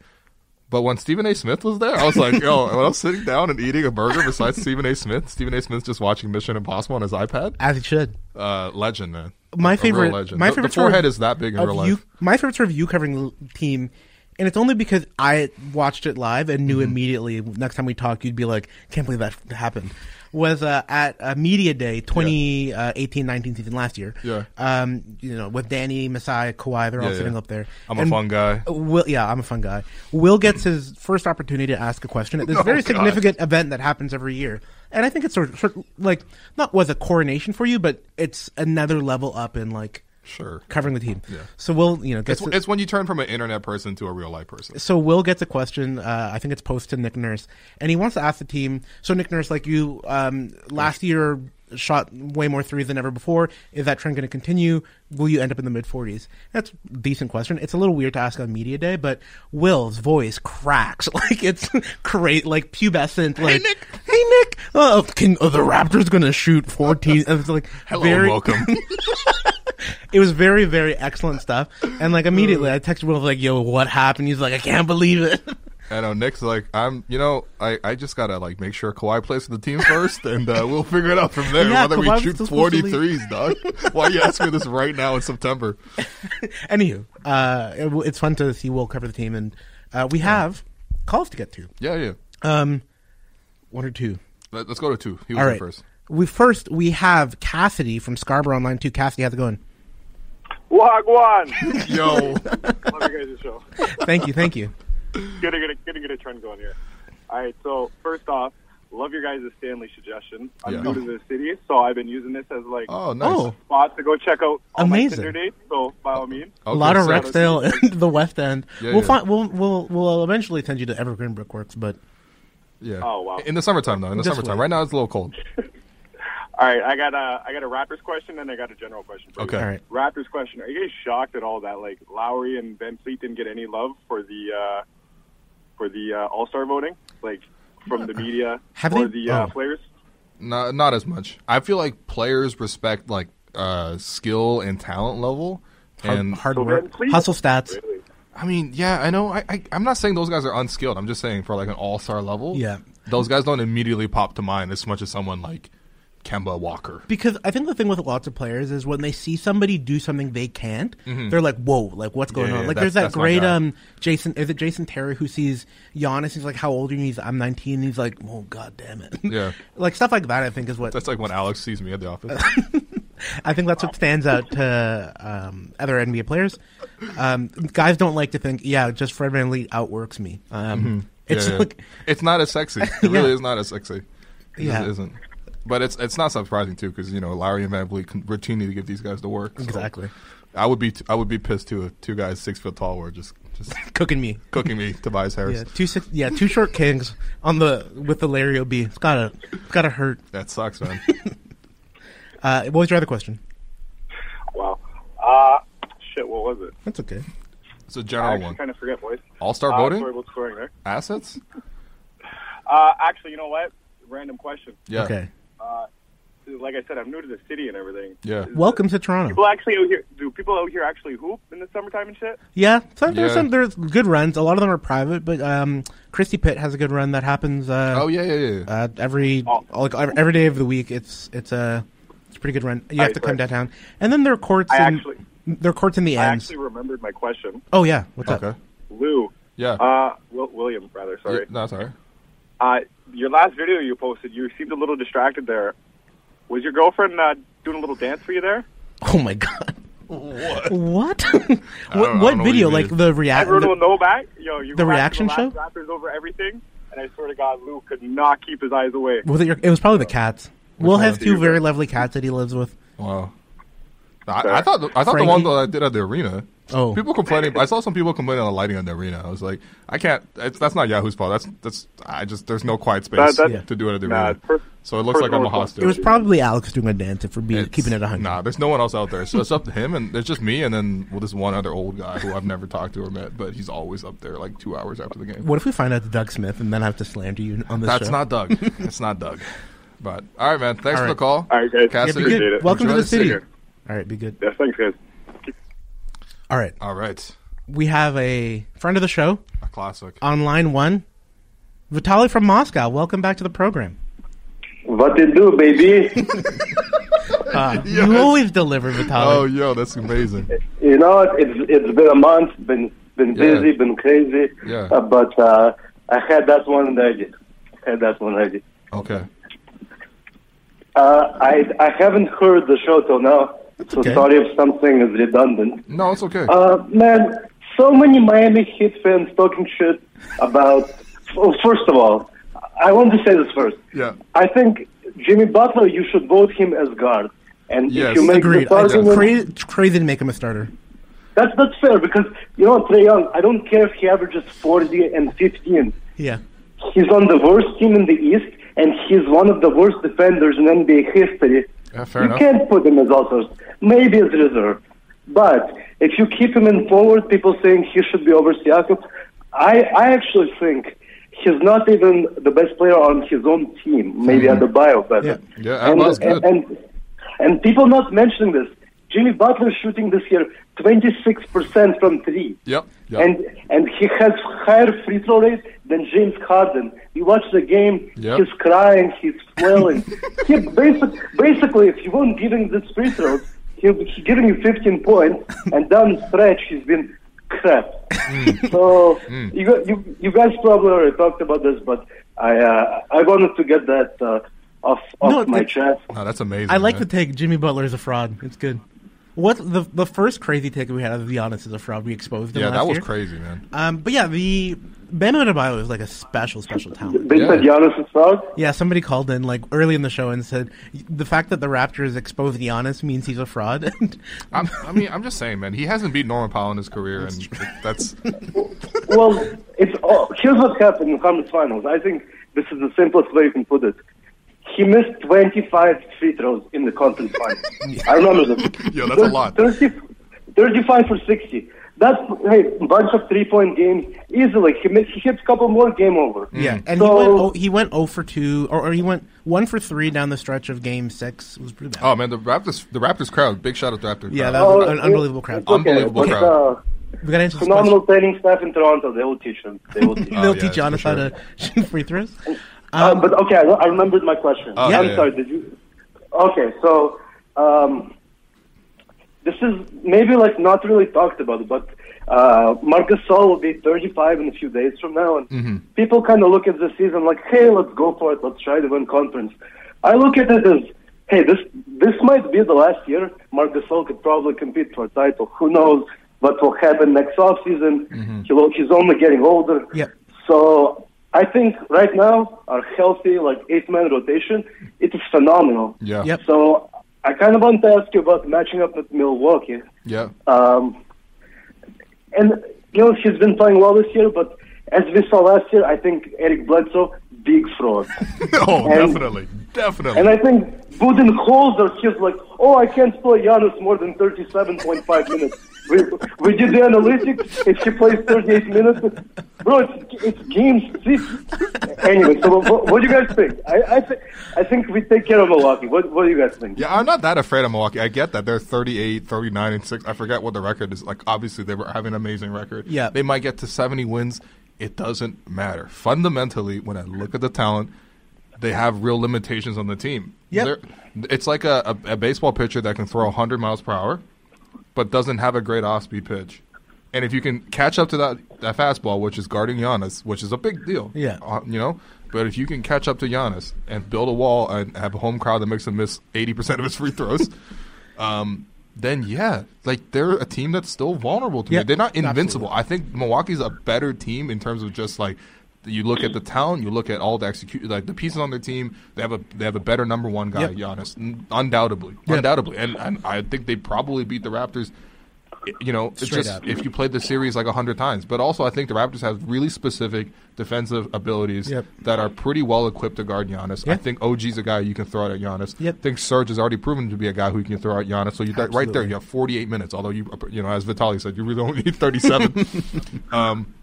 But when Stephen A. Smith was there, I was like, yo, when I was sitting down and eating a burger besides Stephen A. Smith, Stephen A. Smith's just watching Mission Impossible on his iPad.
As you should.
Uh, legend, man.
My
A real
favorite.
legend.
My
The-
favorite.
The
sort of-
forehead is that big in
of
real life.
you- my favorite sort of you covering the team, and it's only because I watched it live and knew
Mm-hmm.
immediately. Next time we talked, you'd be like, "Can't believe that f- happened." Was uh, at uh, media day 2018 uh, 18, 19 season last year.
Yeah.
Um, you know, with Danny, Messiah, Kawhi, they're all
Yeah,
sitting
yeah.
up there.
I'm a fun guy.
Will, yeah, I'm a fun guy. Will gets his first opportunity to ask a question at this
Oh,
very
God.
significant event that happens every year, and I think it's sort of, sort of like not was a coronation for you, but it's another level up in like
Sure.
covering the team. So Will, you know, gets
It's,
a-
it's when you turn from an internet person to a real life person.
so Will gets a question. Uh, I think it's posed to Nick Nurse, and he wants to ask the team. So Nick Nurse, like you, um, last year shot way more threes than ever before. Is that trend going to continue? Will you end up in the mid forties? That's a decent question. It's a little weird to ask on media day, but Will's voice cracks like it's great, like pubescent. Like, hey Nick, hey Nick, oh, can are the Raptors going to shoot fourteen? It's like
Hello, and
very,
welcome.
it was very, very excellent stuff. And like immediately, I texted Will like, "Yo, what happened?" He's like, "I can't believe it."
I know Nick's like I'm. You know, I, I just gotta like make sure Kawhi plays for the team first, and uh, we'll figure it out from there.
Yeah,
whether
Kawhi
we
was
shoot
still supposed
40
to leave.
threes, dog. Why you ask me this right now in September?
Anywho, uh, it w- it's fun to see Will cover the team, and uh, we have calls to get to.
Yeah, yeah.
Um, one or two.
Let, us go to two. He was
All
in
right.
first.
We first we have Cassidy from Scarborough Online Two. Cassidy, how's it going?
Wagwan!
Yo,
Love you guys' show.
Thank you, thank you.
Gonna get a, gonna get a trend going here. All right, so first off, love your guys' Stanley suggestion. I'm
Yeah.
new to the city, so I've been using this as like
Oh, nice.
Oh.
spot to go check out all
Amazing.
my Tinder dates. So by all means,
A lot of
so-
Rexdale in the West End.
Yeah,
we'll
yeah.
find. We'll we'll we'll eventually send you to Evergreen Brickworks, but
Yeah.
Oh, wow.
In the summertime though. In the
Just
summertime.
wait.
Right now it's a little cold.
all right, I got a I got a Raptors question and I got a general question. For you.
Okay.
all right.
Raptors question: Are you guys shocked at all that like Lowry and Van Fleet didn't get any love for the uh, for the uh, All Star voting, like from the media
Have
or
they-
the uh,
oh.
players?
Not not as much. I feel like players respect like uh skill and talent level.
Hard,
And
hard
So
work,
then, please-
hustle stats.
Really?
I mean, yeah, I know. I, I I'm not saying those guys are unskilled. I'm just saying for like an all star level,
Yeah.
those guys don't immediately pop to mind as much as someone like Kemba Walker.
Because I think the thing with lots of players is when they see somebody do something they can't, they're like, "Whoa! Like what's going
Mm-hmm. Yeah,
on?"
yeah,
Like
that's-
there's that
that's my
great
guy.
um Jason is it Jason Terry who sees Giannis? He's like, "How old are you?" He's I'm 19. And he's like, "Oh god damn it!"
Yeah.
like stuff like that. I think is what
That's like when Alex sees me at the office.
I think that's what stands out to um, other NBA players. Um, guys don't like to think, "Yeah, just Fred VanVleet outworks me." Um, It's
Mm-hmm. yeah, yeah.
like
it's not as sexy. It
Yeah.
really is not as sexy. It
Yeah.
just isn't. But it's it's not surprising too because you know Lowry and Van Vliet can routinely give these guys the work. so-
Exactly.
I would be t- I would be pissed too if two guys six foot tall were just just
cooking me.
cooking me Tobias Harris.
Yeah, two six. Yeah, two short kings on the with the Larry O'B. It's gotta it's gotta hurt.
That sucks, man.
Uh, what was your other question?
Wow.
Ah,
Uh, shit, what was it?
That's okay.
It's a
I
general
actually
one.
kind of forget, boys.
All star
Uh,
voting
sorry about scoring there.
assets.
Uh, actually, you know what? Random question. Uh,
Yeah.
Okay.
Like I said, I'm new to the city and everything.
Yeah.
Welcome to Toronto.
People actually out here do people out here actually hoop in the summertime and shit?
Yeah, some, there's
Yeah.
some there's good runs. A lot of them are private, but um, Christy Pitt has a good run that happens. Uh,
Oh yeah, yeah, yeah.
uh, every
Oh.
like ev- every day of the week. It's it's a it's a pretty good run. You have
Right,
to come
right.
downtown, and then there are courts.
I
in,
actually-
there are courts in the
I
ends.
actually remembered my question.
oh yeah, what's up?
okay.
Lou,
Yeah.
uh, Will, William, rather,
Yeah,
sorry.
No, sorry.
Uh, your last video you posted, you seemed a little distracted there. Was your girlfriend uh, doing a little dance for you there?
Oh my god.
What?
What?
I don't
what what
know what
video?
you
like
mean.
the reaction?
Everyone will know back. Yo, you
the
go back
reaction
to the last Raptors over everything, and I swear to God, Lou could not keep his eyes away.
Was it your? It was probably the cats. Will
one?
has two very lovely cats that he lives with.
Wow. I, I thought the, I thought the one that I did at the arena.
Oh.
people complaining. I saw some people complaining on the lighting at the arena. I was like, I can't. It's, that's not Yahoo's fault. That's that's. I just there's no quiet
That-
space
that- Yeah.
to do it at the
Nah,
arena. so it looks like I'm a hostage.
It was probably Alex doing a dance if we're being, keeping it a hundred.
Nah, there's no one else out there. So it's up to him, and there's just me, and then well, this one other old guy who I've never talked to or met, but he's always up there like two hours after the game.
What if we find out the Doug Smith and then have to slander you on this
That's
show?
not Doug. That's not Doug. But all right, man. Thanks
All
for the
right.
call.
All right, guys. Yeah, be
Cassidy,
good. Welcome to
enjoy
the city.
city.
All right, be good.
Yeah, thanks, guys.
All right.
All right.
We have a friend of the show.
A classic.
On line one, Vitaly from Moscow. Welcome back to the program.
What it do, baby?
Uh, You always deliver, Vitaly.
Oh, yo, that's amazing.
you know, it's it's been a month, been been
Yeah.
busy, been crazy.
Yeah.
Uh, but uh, I had that one ready. Had that one ready.
Okay.
Uh, I I haven't heard the show till now, so
okay.
sorry if something is redundant.
No, it's okay.
Uh, man, so many Miami Heat fans talking shit about. Well, first of all, I want to say this first.
Yeah.
I think Jimmy Butler, you should vote him as guard. And if you make
agreed.
this
I- It's
argument,
crazy, it's crazy to make him a starter.
That's that's fair because you know Trey Young. I don't care if he averages forty and fifteen.
Yeah.
He's on the worst team in the East, and he's one of the worst defenders in NBA history.
Yeah, fair
you
enough.
can't put him as all maybe as reserve. But if you keep him in forward, people saying he should be over Siakam. I I actually think he's not even the best player on his own team. Maybe
Mhm.
at the bio better.
Yeah,
And,
Abba's
and,
good.
and and people not mentioning this. Jimmy Butler shooting this year twenty six percent from three.
Yep. yep.
And and he has higher free throw rate than James Harden. You watch the game,
Yep.
he's crying, he's flailing. he basic, basically, if you weren't giving this free throws, he'll be giving you 15 points, and down the stretch he's been crap. so you, got- you you guys probably already talked about this, but I uh, I wanted to get that uh, off off
No,
my
it's-
chest.
Oh, that's amazing.
I like
man.
the take. Jimmy Butler is a fraud. It's good. What the the first crazy take we had of Giannis is a fraud. We exposed him.
Yeah,
last
that was
year.
crazy, man.
Um, but yeah, the Ben Adebayo is like a special, special talent.
They said Giannis is out.
Yeah, somebody called in like early in the show and said the fact that the Raptors exposed Giannis means he's a fraud.
I'm, I mean, I'm just saying, man. He hasn't beat Norman Powell in his career, and that's
well, it's all, here's what happened in the conference finals. I think this is the simplest way you can put it. He missed 25 free throws in the conference finals. I remember this.
Yeah, that's a lot.
30, 35 for 60. That's hey, bunch of three point games easily. He missed, he hit a couple more game over.
Mm.
yeah, and
So-
he went oh, he went zero for two, or, or he went one for three down the stretch of Game Six. It was pretty bad.
oh man, the Raptors, the Raptors crowd. Big shout out to Raptors.
Yeah,
crowd.
that was an un- unbelievable crowd.
It's okay,
Unbelievable
but,
crowd.
uh,
We gotta answer this
phenomenal training staff in Toronto. They will teach him. They will teach him.
They'll teach Giannis how to shoot free throws.
Uh, but okay, I, I remembered my question.
Um, Oh, yeah,
I'm
yeah.
sorry. Did you? Okay, so um, this is maybe like not really talked about, but uh, Marcus Sol will be 35 in a few days from now, and
Mm-hmm.
people kind of look at the season like, "Hey, let's go for it. Let's try to win conference." I look at it as, "Hey, this this might be the last year Marcus Sol could probably compete for a title. Who knows what will happen next offseason?
Mm-hmm.
He'll, he's only getting older."
Yeah.
So I think right now our healthy like eight man rotation it is phenomenal.
Yeah.
Yep.
So I kind of want to ask you about matching up with Milwaukee.
Yeah.
Um, and you know he's been playing well this year, but as we saw last year, I think Eric Bledsoe big fraud.
oh,
And-
definitely, definitely.
And I think Budenholzer, he's like, oh, I can't play Giannis more than 37.5 minutes. We, we did the analytics. If he plays 38 minutes, bro, it's, it's game six. Anyway, so what, what do you guys think? I, I, th- I think we take care of Milwaukee. What, what do you guys think?
yeah, I'm not that afraid of Milwaukee. I get that they're 38, 39, and six. I forget what the record is. Like, obviously, they were having an amazing record.
Yeah.
they might get to 70 wins. It doesn't matter. Fundamentally, when I look at the talent, they have real limitations on the team.
Yep.
They're- it's like a, a, a baseball pitcher that can throw 100 miles per hour, but doesn't have a great off-speed pitch. And if you can catch up to that, that fastball, which is guarding Giannis, which is a big deal,
Yeah.
uh, you know. But if you can catch up to Giannis and build a wall and have a home crowd that makes him miss eighty percent of his free throws, um, then yeah, like they're a team that's still vulnerable to
Yeah,
me. They're not invincible. I think Milwaukee's a better team in terms of just like you look at the talent, you look at all the execute like the pieces on their team. They have a they have a better number one guy,
Yep.
Giannis, n- undoubtedly,
Yep.
undoubtedly, and, and I think they probably beat the Raptors. i- You know, it's
Straight
just
up.
if you played the series like hundred times. But also, I think the Raptors have really specific defensive abilities
Yep.
that are pretty well equipped to guard Giannis. I think OG's a guy you can throw out at Giannis.
Yep.
I think Serge has already proven to be a guy who you can throw out Giannis. So you that- right there,
Absolutely.
you have 48 minutes. Although you, you know, as Vitali said, you really only need 37. um,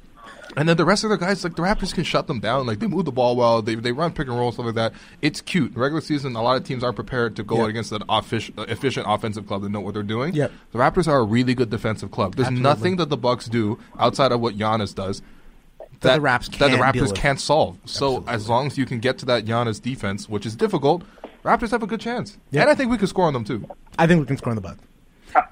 and then the rest of the guys, like the Raptors, can shut them down. Like they move the ball well. They they run pick and roll stuff like that. It's cute. Regular season, a lot of teams aren't prepared to go
Yeah.
against an efficient, efficient offensive club that know what they're doing.
Yep.
The Raptors are a really good defensive club. There's
Absolutely.
nothing that the Bucks do outside of what Giannis does
That the Raps
that the
can't deal
Raptors
with.
can't solve. So as long as you can get to that Giannis defense, which is difficult, Raptors have a good chance. And I think we could score on them too.
I think we can score on the Bucks.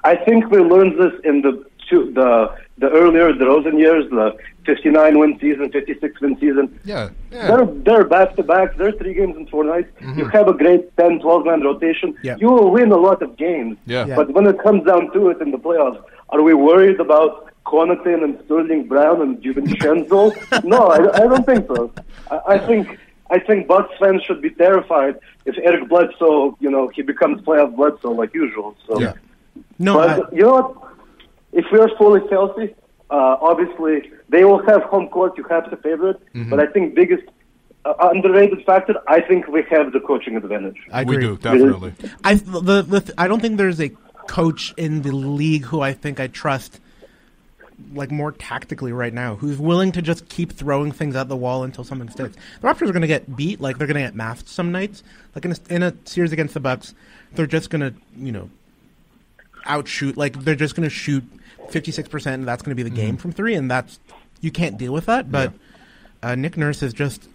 I think we learned this in the two, the the earlier the Rosen years, the 59 win season, 56 win season.
Yeah, Mm-hmm.
They're they're back to back. They're three games in four nights. You
Hmm.
have a great 10, 12 man rotation.
Yeah.
You will win a lot of games.
Yeah. Yeah.
But when it comes down to it in the playoffs, are we worried about Connaughton and Sterling Brown and Juvencenzo? no, I, I don't think so. I, I think. I think Bucks fans should be terrified if Eric Bledsoe, you know, he becomes playoff Bledsoe like usual. So
Yeah. No,
but
I-
you know what? If we are fully healthy, uh, obviously they will have home court. You have the favorite,
Mhm.
but I think biggest uh, underrated factor. I think we have the coaching advantage.
I
We
agree.
do, definitely.
I the, the th- I don't think there's a coach in the league who I think I trust like more tactically right now who's willing to just keep throwing things at the wall until something sticks. The Raptors are going to get beat, like they're going to get mathed some nights. Like in a, in a series against the Bucks, they're just going to, you know, outshoot like they're just going to shoot 56% and that's going to be the
Mm-hmm.
game from 3 and that's you can't deal with that, but uh, Nick Nurse has just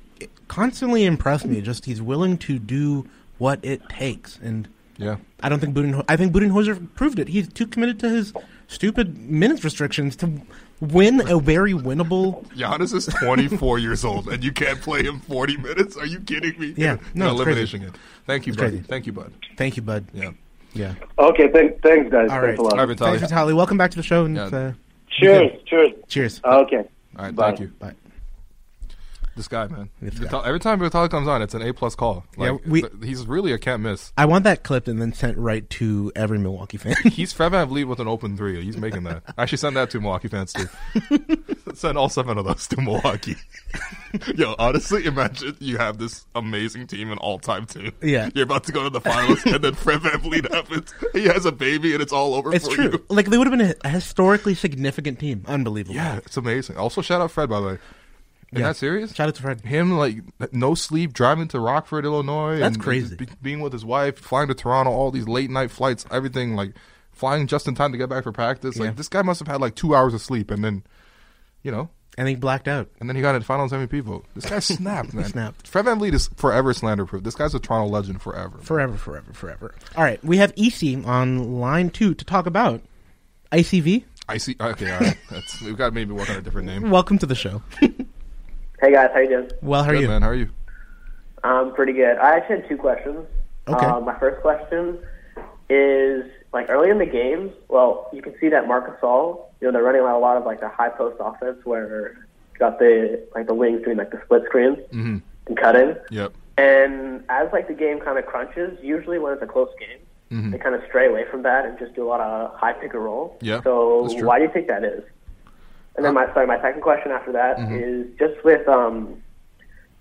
constantly impressed me. Just he's willing to do what it takes, and
Yeah.
I don't think Budenho- I think Budenholzer proved it. He's too committed to his stupid minutes restrictions to win a very winnable.
Giannis is 24 years old, and you can't play him 40 minutes. Are you kidding me?
Yeah.
no,
No, it's
elimination game. Thank you,
It's
buddy.
crazy.
Thank you, bud.
Thank you, bud.
Yeah.
Yeah.
Okay, thank, thanks, guys.
All right.
thanks a lot.
All right, Vitaly.
Thanks, Vitaly. Welcome back to the show. And, uh,
Cheers, cheers.
Cheers.
Okay.
All right,
Bye.
thank you.
Bye.
This guy, man.
guy.
Vital- Every time Vitaly comes on, it's an A plus call.
Yeah,
Like,
we-
th- he's really a can't miss.
I want that clipped and then sent right to every Milwaukee fan.
He's Fred lead with an open three. He's making that. I should send that to Milwaukee fans too. send all seven of those to Milwaukee. Yo, honestly, imagine you have this amazing team in all time too.
Yeah.
You're about to go to the finals and then Fred VanVleet happens. He has a baby and it's all over
it's
for
true.
you.
Like they would have been a- a historically significant team. Unbelievable.
Yeah, it's amazing. Also shout out Fred by the way. Isn't
Yeah.
that serious?
Shout out to Fred.
him like no sleep driving to Rockford, Illinois.
That's
and
crazy.
be- being with his wife, flying to Toronto, all these late night flights, everything like flying just in time to get back for practice.
Yeah.
Like this guy must have had like two hours of sleep, and then you know,
And he blacked out.
and then he got a Finals MVP vote. This guy snapped, man.
snapped.
Fred VanVleet is forever slander proof. This guy's a Toronto legend forever.
Forever, forever, forever. All right, we have EC on line two to talk about ICV.
I see. Okay, all right. That's, we've got to maybe work on a different name.
Welcome to the show.
Hey guys, how you doing?
well, how are
Good
you?
man? How are you?
I'm pretty good. I actually had two questions.
Okay.
Uh, my first question is like early in the game. Well, you can see that Marcus All, you know, they're running a lot of like the high post offense where you got the like the wings doing like the split screens
Mm-hmm.
and cut in.
Yep.
And as like the game kind of crunches, usually when it's a close game,
Mhm.
they kind of stray away from that and just do a lot of high pick and roll.
Yeah,
So
that's true. Uh,
why do you think that is? And then my sorry, my second question after that
mm-hmm.
is just with um,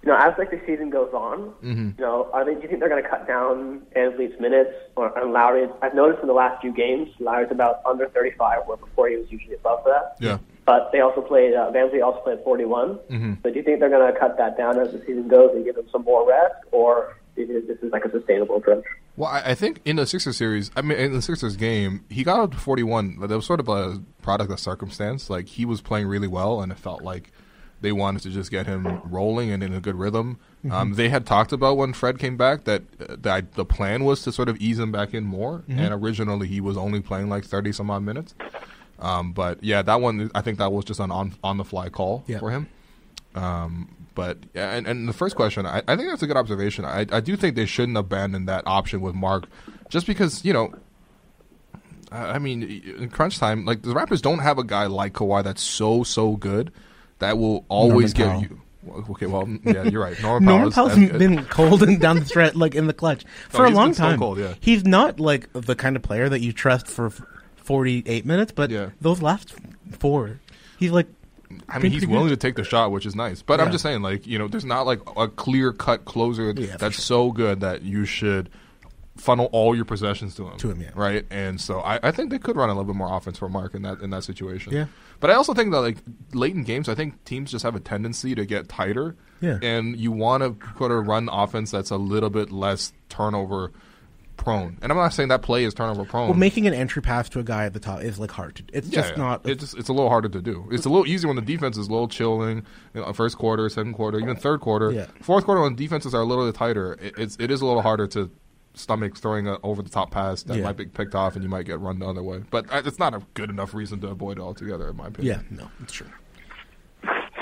you know, as like the season goes on,
Mm-hmm.
you know, are they? Do you think they're going to cut down Ansley's minutes or and Lowry? I've noticed in the last few games, Lowry's about under 35, where before he was usually above that.
Yeah.
But they also played. Uh, Vansley also played 41.
hmm
So do you think they're going to cut that down as the season goes and give him some more rest, or do you think this is like a sustainable approach?
Well, I, I think in the Sixers series, I mean, in the Sixers game, he got up to 41. Like, That was sort of a product of circumstance. Like, he was playing really well, and it felt like they wanted to just get him rolling and in a good rhythm. Um, they had talked about when Fred came back that, uh, that the plan was to sort of ease him back in more, and originally he was only playing like 30 some odd minutes. Um, but yeah, that one I think that was just an on on the fly call for him. Um, but and and the first question, I, I think that's a good observation. I, I do think they shouldn't abandon that option with Mark, just because you know I I mean, in crunch time, like the Raptors don't have a guy like Kawhi that's so so good that will always give
Norman
you. Well, Okay, well, yeah, you're right. Norman,
Norman
Powell
Powell's
is- that's
been cold and down the stretch, like in the clutch for a
Oh, he's
long
been stone
time.
cold, yeah.
He's not like the kind of player that you trust for f- 48 minutes, but those last four, he's like.
I mean, he's willing to take the shot, which is nice. But I'm
Yeah.
just saying, like, you know, there's not like a clear cut closer that's so good that you should funnel all your possessions to him. To him, yeah. Right. And so I, I think they could run a little bit more offense for Mark in that in that situation.
Yeah.
But I also think that like late in games, I think teams just have a tendency to get tighter.
Yeah.
And you want to sort of run offense that's a little bit less turnover prone. And I'm not saying that play is turnover prone.
Well, making an entry pass to a guy at the top is like hard. To, it's
Yeah,
just
yeah.
not.
It's it's a little harder to do. It's a little easier when the defense is a little chilling. You know, first quarter, second quarter, even third quarter,
Yeah.
fourth quarter when defenses are a little bit tighter. It, it's it is a little harder to stomach throwing an over the top pass that
Yeah.
might be picked off and you might get run the other way. But uh, it's not a good enough reason to avoid it altogether, in my
Yeah,
opinion.
no, it's true.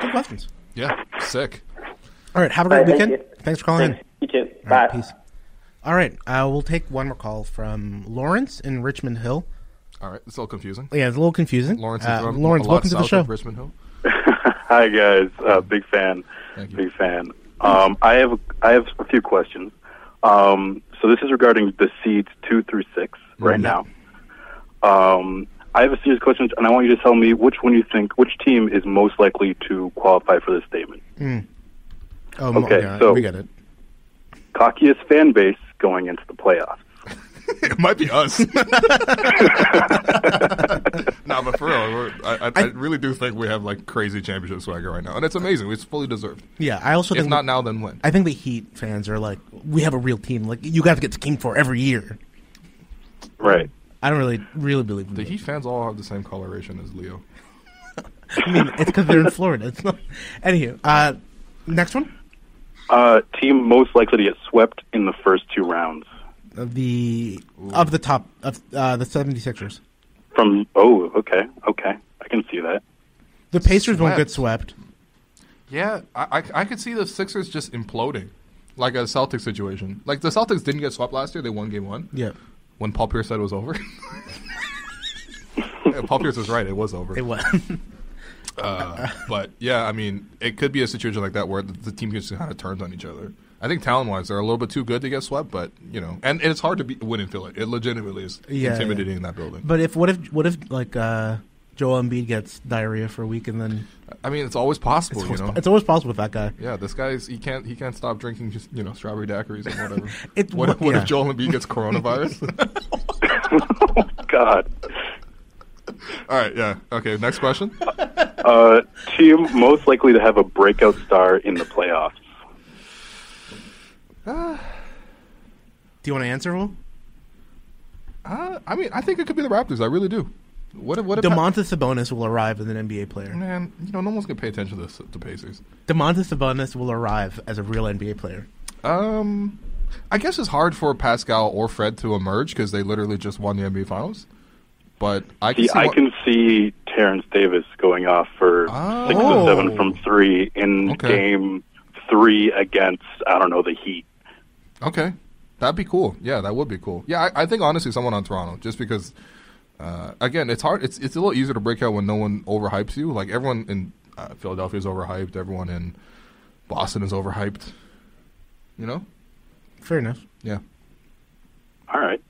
Good questions.
Yeah, sick.
All right, have a great
All right, thank
weekend.
you.
Thanks for calling
Thanks. You
in.
too.
All right,
Bye.
peace. All right, uh, we'll take one more call from Lawrence in Richmond Hill.
All right, it's a little confusing.
Yeah, it's a little confusing.
Lawrence is
Uh,
from
Lawrence,
a lot
welcome to the
south
show.
of Richmond Hill.
Hi guys, uh, big fan, big fan. Um, I have I have a few questions. Um, so this is regarding the seeds two through six right
Mm-hmm.
now. Um, I have a series of questions, and I want you to tell me which one you think, which team is most likely to qualify for this statement.
Oh, mo-
Okay,
yeah,
so-
we get it.
Cockiest fan base going into the playoffs.
it might be us. no, but for real, we're, I, I, I really do think we have like crazy championship swagger right now, and it's amazing. It's fully deserved.
Yeah, I also
if
think
not now, then when?
I think the Heat fans are like, we have a real team. Like you guys get schemed for every year.
Right.
I don't really really believe in
The
that.
Heat fans all have the same coloration as Leo.
I mean, it's because they're in Florida. It's not. Anywho, uh, next one,
Uh, team most likely to get swept in the first two rounds
of the of the top of uh, the 76ers.
from. Oh, okay, okay, I can see that.
The Pacers won't
Swept.
get swept.
Yeah, I, I, I could see the Sixers just imploding, like a Celtics situation. Like the Celtics didn't get swept last year; they won Game One.
Yeah.
when Paul Pierce said it was over. Yeah, Paul Pierce was right; it was over.
It was.
Uh, but yeah, I mean, it could be a situation like that where the, the team just kind of turns on each other. I think talent wise, they're a little bit too good to get swept, but you know, and, and it's hard to be, win and feel it. It legitimately is
Yeah,
intimidating
yeah.
in that building.
But if what if what if like uh, Joel Embiid gets diarrhea for a week and then
I mean, it's always possible,
It's always,
you know.
po- it's always possible with that guy.
yeah, this guy's he can't he can't stop drinking just you know strawberry daiquiris and whatever.
It-
what if, what
yeah.
if Joel Embiid gets coronavirus?
God.
All right, yeah, okay. Next question.
Uh, team most likely to have a breakout star in the playoffs.
Do you want to answer, Will?
Uh, I mean, I think it could be the Raptors. I really do. What if what if
Demontis Sabonis will arrive as an NBA player.
man? You know, no one's gonna pay attention to this, the Pacers.
Demontis Sabonis will arrive as a real NBA player.
Um, I guess it's hard for Pascal or Fred to emerge because they literally just won the NBA Finals. But I can
see,
see
I
what-
can see Terrence Davis going off for six
Oh.
to seven from three in game three against I don't know the Heat.
Okay, that'd be cool. Yeah, that would be cool. Yeah, I, I think honestly, someone on Toronto, just because. Uh, again, it's hard. It's it's a little easier to break out when no one overhypes you. Like everyone in uh, Philadelphia is overhyped. Everyone in Boston is overhyped. You know.
Fair enough.
Yeah.
All right.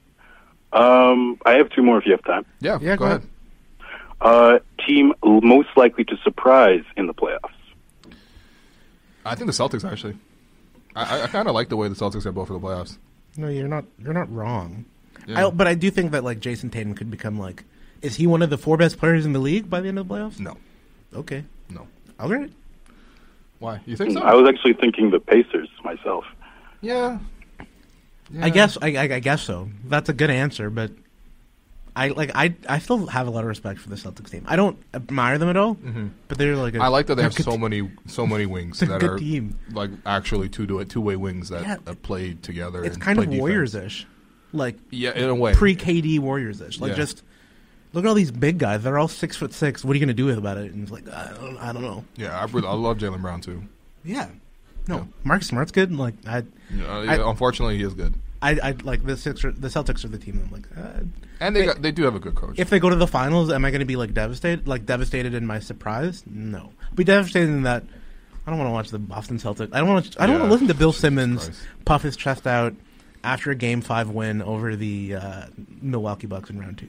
Um, I have two more if you have time.
Yeah. Yeah. Go, ahead.
Uh, team l- most likely to surprise in the playoffs.
I think the Celtics actually. I, I- I kind of like the way the Celtics got both for the playoffs.
No, you're not. You're not wrong.
Yeah.
I, but I do think that like Jason Tatum could become like, is he one of the four best players in the league by the end of the playoffs?
No.
Okay.
No.
All right.
Why? You think so?
Hmm, I was actually thinking the Pacers myself.
Yeah.
I guess. I, I, I guess so. That's a good answer, but. I like I I still have a lot of respect for the Celtics team. I don't admire them at all,
Mhm.
but they're like a,
I like that they
they're
have
good
so
team.
many so many wings
They're
that
good
are
team.
like actually two to two way wings that
Yeah.
uh, play together.
It's
and
kind
play
of
defense.
Warriors ish, like
Yeah, in a way.
pre KD Warriors ish, like
Yeah.
just Look at all these big guys. They're all six foot six. What are you going to do about it? And it's like, I don't, I don't know.
Yeah, I really, I love Jalen Brown too.
Yeah. No, Mark Smart's good. and, Like I,
Yeah, yeah, Uh, unfortunately, he is good.
I, I like the six. The Celtics are the team. I'm like, uh,
And they got, they do have a good coach.
if they go to the finals, am I going to be like devastated? Like devastated in my surprise? No, I'll be devastated in that. I don't want to watch the Boston Celtics. I don't want to. I don't want
Yeah.
to listen to Bill Simmons puff his chest out after a Game Five win over the uh, Milwaukee Bucks in round two.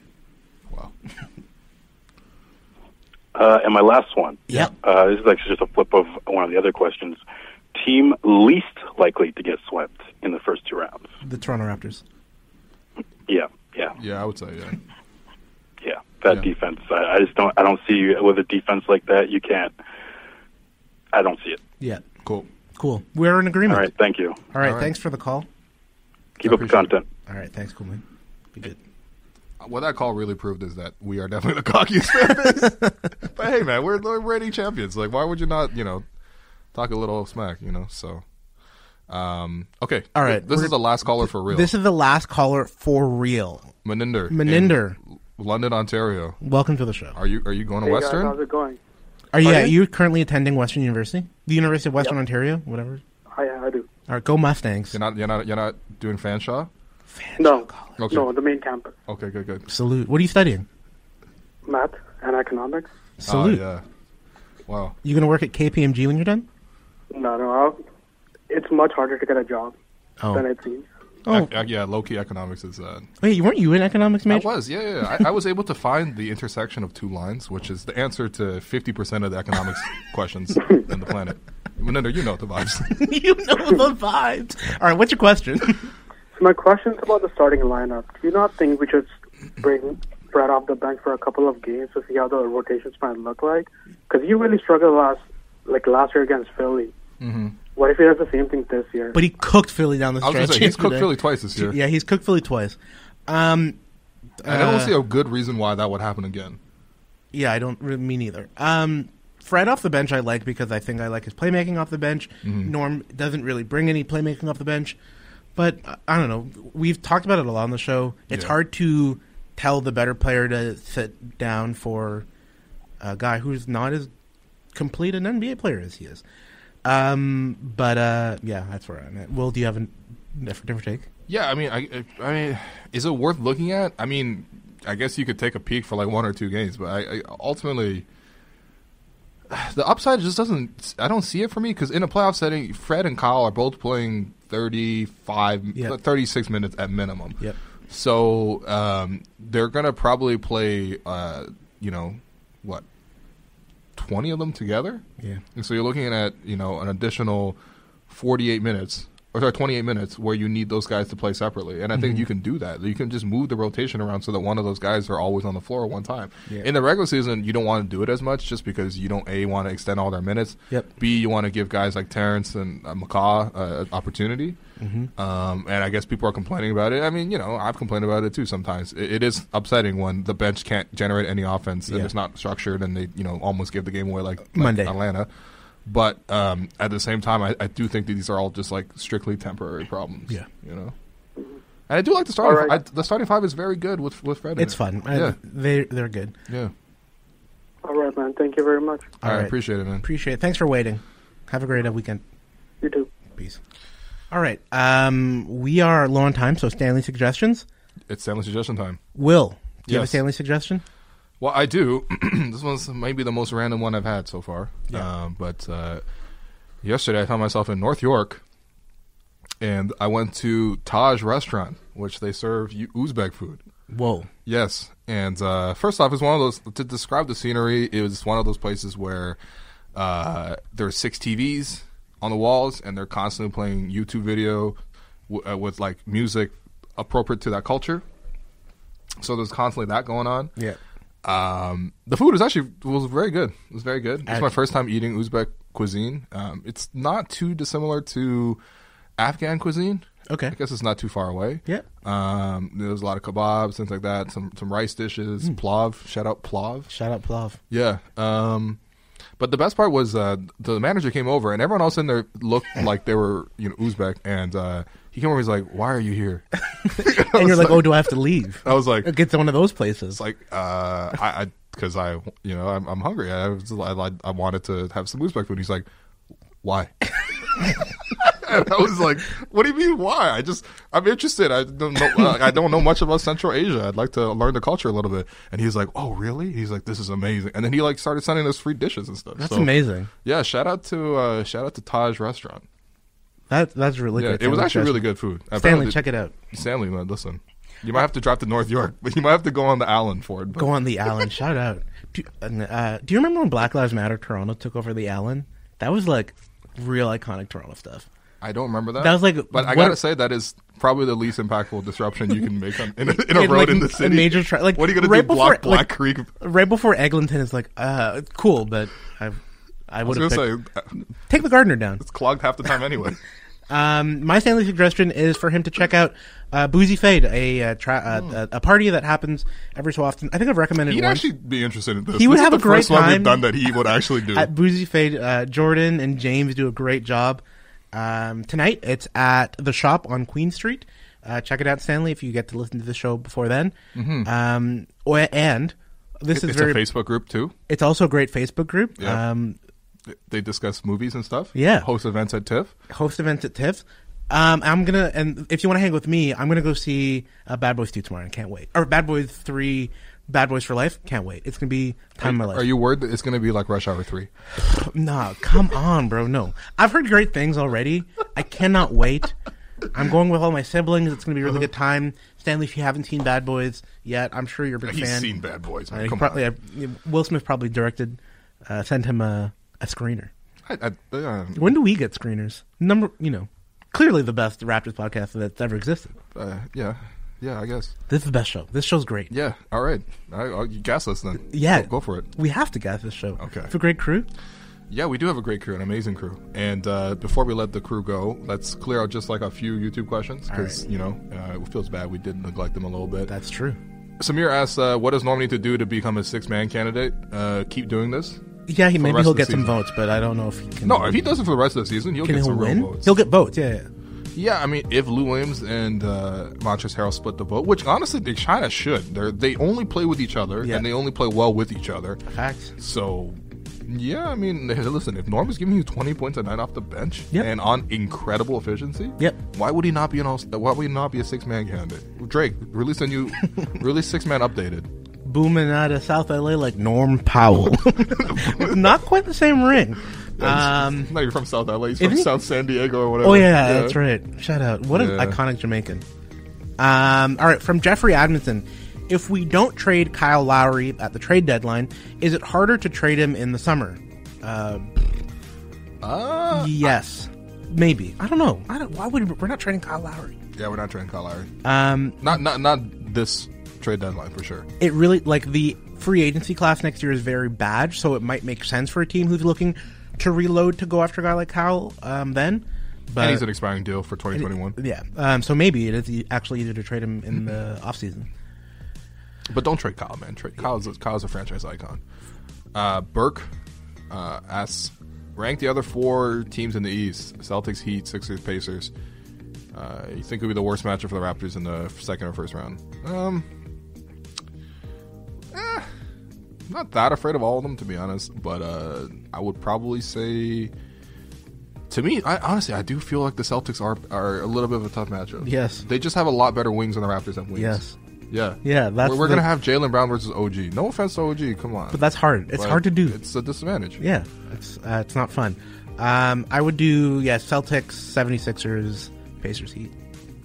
Uh, and my last one.
Yep.
Uh, this is actually just a flip of one of the other questions. Team least likely to get swept in the first two rounds.
The Toronto Raptors.
Yeah, yeah,
yeah. I would say yeah.
yeah. That defense, I, I just don't. I don't see with a defense like that, you can't. I don't see it.
Yeah.
Cool.
Cool. We're in agreement.
All right, thank you.
All right. Thanks for the call.
Keep up the content.
All right. Thanks, Coolman. Be good.
What that call really proved is that we are definitely the cockiest fan base. but hey, man, we're, we're reigning champions. Like, why would you not, you know, talk a little smack, you know? So, um, okay.
All right,
This
we're-
is the last caller for real.
This is the last caller for real.
Meninder. in
Meninder.
London, Ontario.
Welcome to the show.
Are you are you going to
Hey, guys,
Western?
how's it going?
Are you,
Pardon?
are you currently attending Western University? The University of Western Ontario? Whatever.
I, I do.
All right, go Mustangs.
You're not you're not you're not doing Fanshawe?
No,
Okay.
no, the main campus,
Okay, good, good.
Salute. What are
Oh,
you studying?
math and economics.
Salute.
yeah. Wow.
You going to work at KPMG when you're done?
No, no, I'll, it's much harder to get a job
Oh.
than it seems.
Oh.
Ec- ec- yeah, low key economics is uh,
Wait, Oh, you weren't you in economics
I
major?
was, yeah, yeah. yeah. I, I was able to find the intersection of two lines, which is the answer to fifty percent of the economics questions on the planet. Melinda, you know the vibes.
you know the vibes. All right, what's your question?
So my question's about the starting lineup. Do you not think we should bring Brad off the bench for a couple of games to see how the rotations might look like? Because you really struggled last, like last year against Philly.
Mhm.
What if he does the same thing this year?
But he cooked Philly down the
I was
stretch.
gonna say, he's cooked
yesterday.
Philly twice this year.
Yeah, he's cooked Philly twice. Um,
I don't
uh,
see a good reason why that would happen again.
Yeah, I don't. re- Me neither. Um, Fred off the bench, I like because I think I like his playmaking off the bench.
Mhm.
Norm doesn't really bring any playmaking off the bench, but uh, I- I don't know. We've talked about it a lot on the show. It's
Yeah.
hard to tell the better player to sit down for a guy who's not as complete an NBA player as he is. Um, but uh, yeah, that's where I'm at. Will, do you have a different, different take?
Yeah, I mean, I, I mean, is it worth looking at? I mean, I guess you could take a peek for like one or two games, but I, I ultimately the upside just doesn't. I don't see it for me because in a playoff setting, Fred and Kyle are both playing 35,
Yep.
36 minutes at minimum.
Yep.
So um, they're gonna probably play, uh, you know, what twenty of them together.
Yeah.
And so you're looking at you know an additional 48 minutes or sorry 28 minutes where you need those guys to play separately, and I think
Mhm.
you can do that. You can just move the rotation around so that one of those guys are always on the floor at one time.
Yeah.
In the regular season, you don't want to do it as much just because you don't a want to extend all their minutes.
Yep.
B you want to give guys like Terrence and uh, McCaw uh, opportunity.
Mhm.
Um, and I guess people are complaining about it. I mean, you know, I've complained about it too sometimes. It, it is upsetting when the bench can't generate any offense and
Yeah.
it's not structured and they, you know, almost give the game away like, like
Monday.
Atlanta. But um, at the same time, I, I do think that these are all just like strictly temporary problems.
Yeah.
You know? And I do like the starting
All right.
I, The starting five is very good with, with Fred. in
It's
it.
fun. I-
Yeah.
they they're good.
Yeah.
All right, man. Thank you very much.
I appreciate it, man.
Appreciate it. Thanks for waiting. Have a great uh, weekend.
You too.
Peace. All right. Um, we are low on time, so Stanley suggestions.
It's Stanley suggestion time.
Will, do you have a
Yes.
Stanley suggestion?
Well, I do. this one's maybe the most random one I've had so far. Um, but uh, yesterday I found myself in North York, and I went to Taj Restaurant, which they serve U- Uzbek food.
Whoa.
Yes, and uh, first off, it's one of those to describe the scenery. It was one of those places where uh, there are six TVs on the walls, and they're constantly playing YouTube video w- uh, with like music appropriate to that culture. So there's constantly that going on.
Yeah.
Um, the food was actually was very good. It was very good. It's my
Excellent.
first time eating Uzbek cuisine. Um, it's not too dissimilar to Afghan cuisine.
Okay.
I guess it's not too far away.
Yeah.
Um, there was a lot of kebabs, things like that. Some some rice dishes, plav. Shout out plav.
Hmm. Shout out Plav.
Yeah. Um, but the best part was uh, the manager came over and everyone else in there looked like they were you know Uzbek and uh, he He came over. He's like, "Why are you here?"
and you're like, oh, do I have to leave?
I was like,
get to one of those places.
It's like, uh, I, I, because I, you know, I'm, I'm hungry. I, was- I, I wanted to have some Uzbek food. He's like, why? and I was like, what do you mean why? I just, I'm interested. I don't know. I don't know much about Central Asia. I'd like to learn the culture a little bit. And he's like, oh, really? He's like, this is amazing. And then he like started sending us free dishes and stuff.
That's
So,
amazing.
Yeah. Shout out to, uh, shout out to Taj Restaurant.
That that's really
Yeah,
good.
it was
Stanley
actually
Chesney.
really good food.
Stanley,
Apparently-
check it out.
Stanley, man, listen. You might have to drive to North York, but you might have to go on the island for it. but-
Go on the Allen. Shout out. Do, and, uh, do you remember when Black Lives Matter Toronto took over the Allen? That was like real iconic Toronto stuff.
I don't remember that.
That was like.
but I
what-
gotta say that is probably the least impactful disruption you can make on, in a, in a
in,
road
like,
in the
a
city.
major tra- like
what are you gonna
right
do?
Before,
Block Black
like,
Creek?
Right before Eglinton is like, uh, it's cool, but I, I
I
would
was
have
gonna
picked-
say, uh,
take the gardener down.
It's clogged half the time anyway.
Um, my Stanley suggestion is for him to check out uh, Boozy Fade, a, uh tra-
Hmm.
uh, a a party that happens every so often. I think I've recommended
He'd
once.
actually be interested in this.
He would
This is
have
the
a great
first one we've
time
done that he would actually do.
at Boozy Fade. Uh, Jordan and James do a great job. Um, tonight it's at the shop on Queen Street. Uh, check it out, Stanley, if you get to listen to the show before then.
Mhm.
Um, or, and this
It-
is
it's a
very
Facebook group, too?
It's also a great Facebook group.
Yeah.
Um,
they discuss movies and stuff.
Yeah.
host events at TIFF.
host events at TIFF. Um, I'm gonna and if you want to hang with me, I'm gonna go see uh, Bad Boys Two tomorrow. I can't wait. Or Bad Boys Three, Bad Boys for Life. Can't wait. It's gonna be
are,
time of my
are
life.
you worried that it's gonna be like Rush Hour Three?
nah, come on, bro. No, I've heard great things already. I cannot wait. I'm going with all my siblings. It's gonna be a
Uh-huh.
really good time. Stanley, if you haven't seen Bad Boys yet, I'm sure you're a big
He's
fan.
seen Bad Boys, man.
Uh, he
Come
probably, uh, Will Smith probably directed, uh, sent him a, a screener.
I, I, uh,
When do we get screeners? Number, you know, clearly the best Raptors podcast that's ever existed.
uh, yeah, yeah, I guess.
This is the best show. This show's great.
Yeah. All right. I, I, you gas us then.
Yeah,
Go, go for it.
We have to get this show.
Okay.
It's a great crew.
Yeah, we do have a great crew, an amazing crew. And uh, before we let the crew go, let's clear out just like a few YouTube questions because you know uh, it feels bad we did neglect them a little bit.
That's true.
Samir asks, uh, "What does Norm need to do to become a six-man candidate? Uh, keep doing this."
Yeah, he
For the
maybe
rest
he'll
of the
get some
season.
votes, but I don't know if he can.
No, if he does it for the rest of the season, he'll
can
get
he
some real
win?
votes.
He'll get votes. Yeah, yeah.
Yeah, I mean, if Lou Williams and uh, Montrezl Harrell split the vote, which honestly they kind of should. They they only play with each other and they only play well with each other.
Facts.
So, yeah, I mean, hey, listen, if Norm is giving you twenty points a night off the bench
Yep.
and on incredible efficiency,
Yep.
why would he not be an all? Why would he not be a six man candidate? Drake, release a new, release six man updated.
Booming out of South LA like Norm Powell. Not quite the same ring. Um,
no, you're from South LA. He's
isn't
from
he-
South San Diego or whatever.
Oh yeah, that's right. Shout out. What an
Yeah.
iconic Jamaican. Um, all right, from Jeffrey Admonson. If we don't trade Kyle Lowry at the trade deadline, is it harder to trade him in the summer? Uh,
Uh,
yes, maybe. I don't know. I don't. Why would we're not trading Kyle Lowry?
Yeah, we're not trading Kyle Lowry.
Um,
not not not this trade deadline for sure.
It really like the free agency class next year is very bad, so it might make sense for a team who's looking to reload to go after a guy like Kyle. Um, then, but
and he's an expiring deal for 2021.
Yeah. Um, so maybe it is e- actually easier to trade him
Mm-hmm.
in the offseason.
But don't trade Kyle, man. Trade Kyle's a, Kyle's a franchise icon. Uh, Burke uh, asks, rank the other four teams in the East: Celtics, Heat, Sixers, Pacers. Uh, you think would be the worst matchup for the Raptors in the second or first round? Um, eh, not that afraid of all of them, to be honest. But uh, I would probably say, to me, I honestly I do feel like the Celtics are are a little bit of a tough matchup.
Yes.
they just have a lot better wings than the Raptors have wings.
Yes.
yeah,
Yeah, that's
we're, we're
the-
gonna have Jalen Brown versus OG. No offense to OG, come on,
But that's hard. It's
But
hard to do.
It's a disadvantage.
Yeah. It's uh, it's not fun. Um, I would do yeah Celtics, 76ers, Pacers, Heat.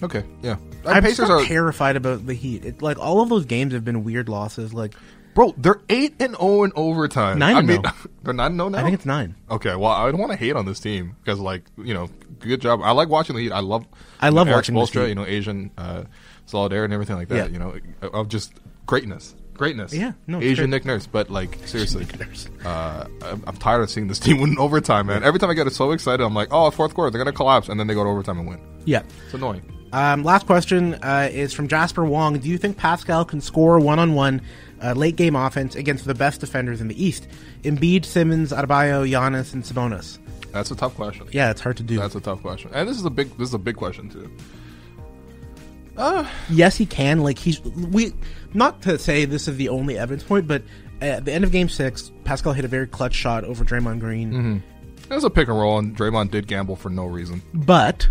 Okay, yeah. Uh,
I'm
Pacers
still
are-
terrified about the Heat. It, like all of those games have been weird losses. Like,
bro, they're eight and zero in overtime.
Nine
I
and
mean,
oh.
they're nine and zero now.
I think it's nine.
Okay, well, I don't want to hate on this team because, like, you know, good job. I like watching the Heat. I love,
I love
Eric
watching this
Spoelstra,
team.
you know, Asian uh, solidarity and everything like that.
Yeah.
You know, of just greatness, greatness.
Yeah, no, it's
Asian
great.
Nick Nurse. But like, seriously, uh, I'm, I'm tired of seeing this team win in overtime, man. Every time I get so excited, I'm like, oh, fourth quarter, they're gonna collapse, and then they go to overtime and win.
yeah.
It's annoying.
Um, last question uh, is from Jasper Wong. Do you think Pascal can score one on one late game offense against the best defenders in the East? Embiid, Simmons, Adebayo, Giannis, and Sabonis.
That's a tough question.
Yeah, it's hard to do.
That's a tough question, and this is a big this is a big question too. Uh.
yes, he can. Like he's we not to say this is the only evidence point, but at the end of Game Six, Pascal hit a very clutch shot over Draymond Green.
Mhm. It was a pick and roll, and Draymond did gamble for no reason.
But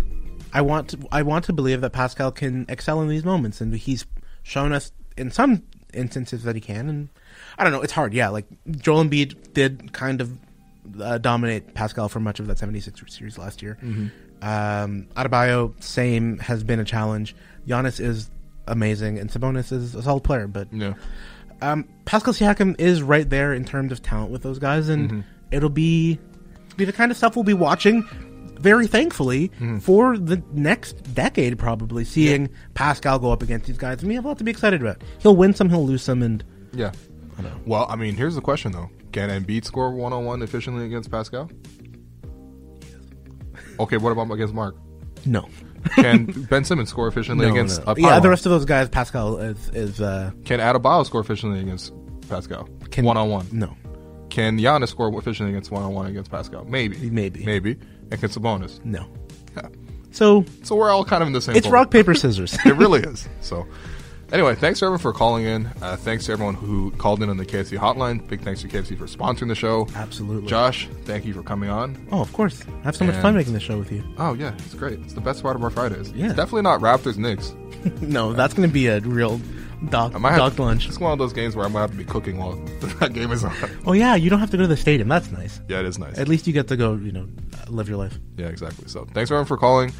I want to, I want to believe that Pascal can excel in these moments, and he's shown us in some instances that he can. And I don't know, it's hard. Yeah, like Joel Embiid did kind of uh, dominate Pascal for much of that 76 series last year.
Mhm.
Um, Adebayo, same, has been a challenge. Giannis is amazing, and Sabonis is a solid player, but um, Pascal Siakam is right there in terms of talent with those guys, and
Mhm.
it'll be be the kind of stuff we'll be watching very thankfully
Mm-hmm.
for the next decade probably seeing Pascal go up against these guys and we have a lot to be excited about. He'll win some, he'll lose some and
Yeah. Well, I mean, here's the question though: Can Embiid score one on one efficiently against Pascal? Okay, what about against Mark?
No.
Can Ben Simmons score efficiently
No,
against?
no.
Uh,
Yeah,
Pylon?
the rest of those guys Pascal is, is uh
Can Adebayo score efficiently against Pascal? One on one.
No.
Can Giannis score efficiently against one on one against Pascal? Maybe.
Maybe.
Maybe. And can Sabonis?
No. So
So we're all kind of in the same.
It's
boat.
rock, paper, scissors.
it really is. So. Anyway, thanks everyone for calling in. Uh, thanks to everyone who called in on the KFC hotline. Big thanks to KFC for sponsoring the show.
Absolutely.
Josh, thank you for coming on.
Oh, of course. I have so much fun
And-
making this show with you.
Oh yeah, it's great. It's the best part of our Fridays.
Yeah.
It's definitely not Raptors Knicks.
no, that's going to be a real dog,
I
dog
have,
lunch.
It's one of those games where I'm gonna have to be cooking while that game is on.
Oh yeah, you don't have to go to the stadium. That's nice.
Yeah, it is nice.
At least you get to go, you know, live your life.
Yeah, exactly. So thanks everyone for calling,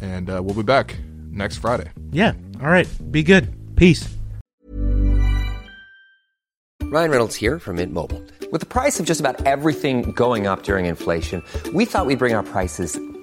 and uh, we'll be back next Friday.
Yeah. All right. Be good. Peace.
Ryan Reynolds here from Mint Mobile. With the price of just about everything going up during inflation, we thought we'd bring our prices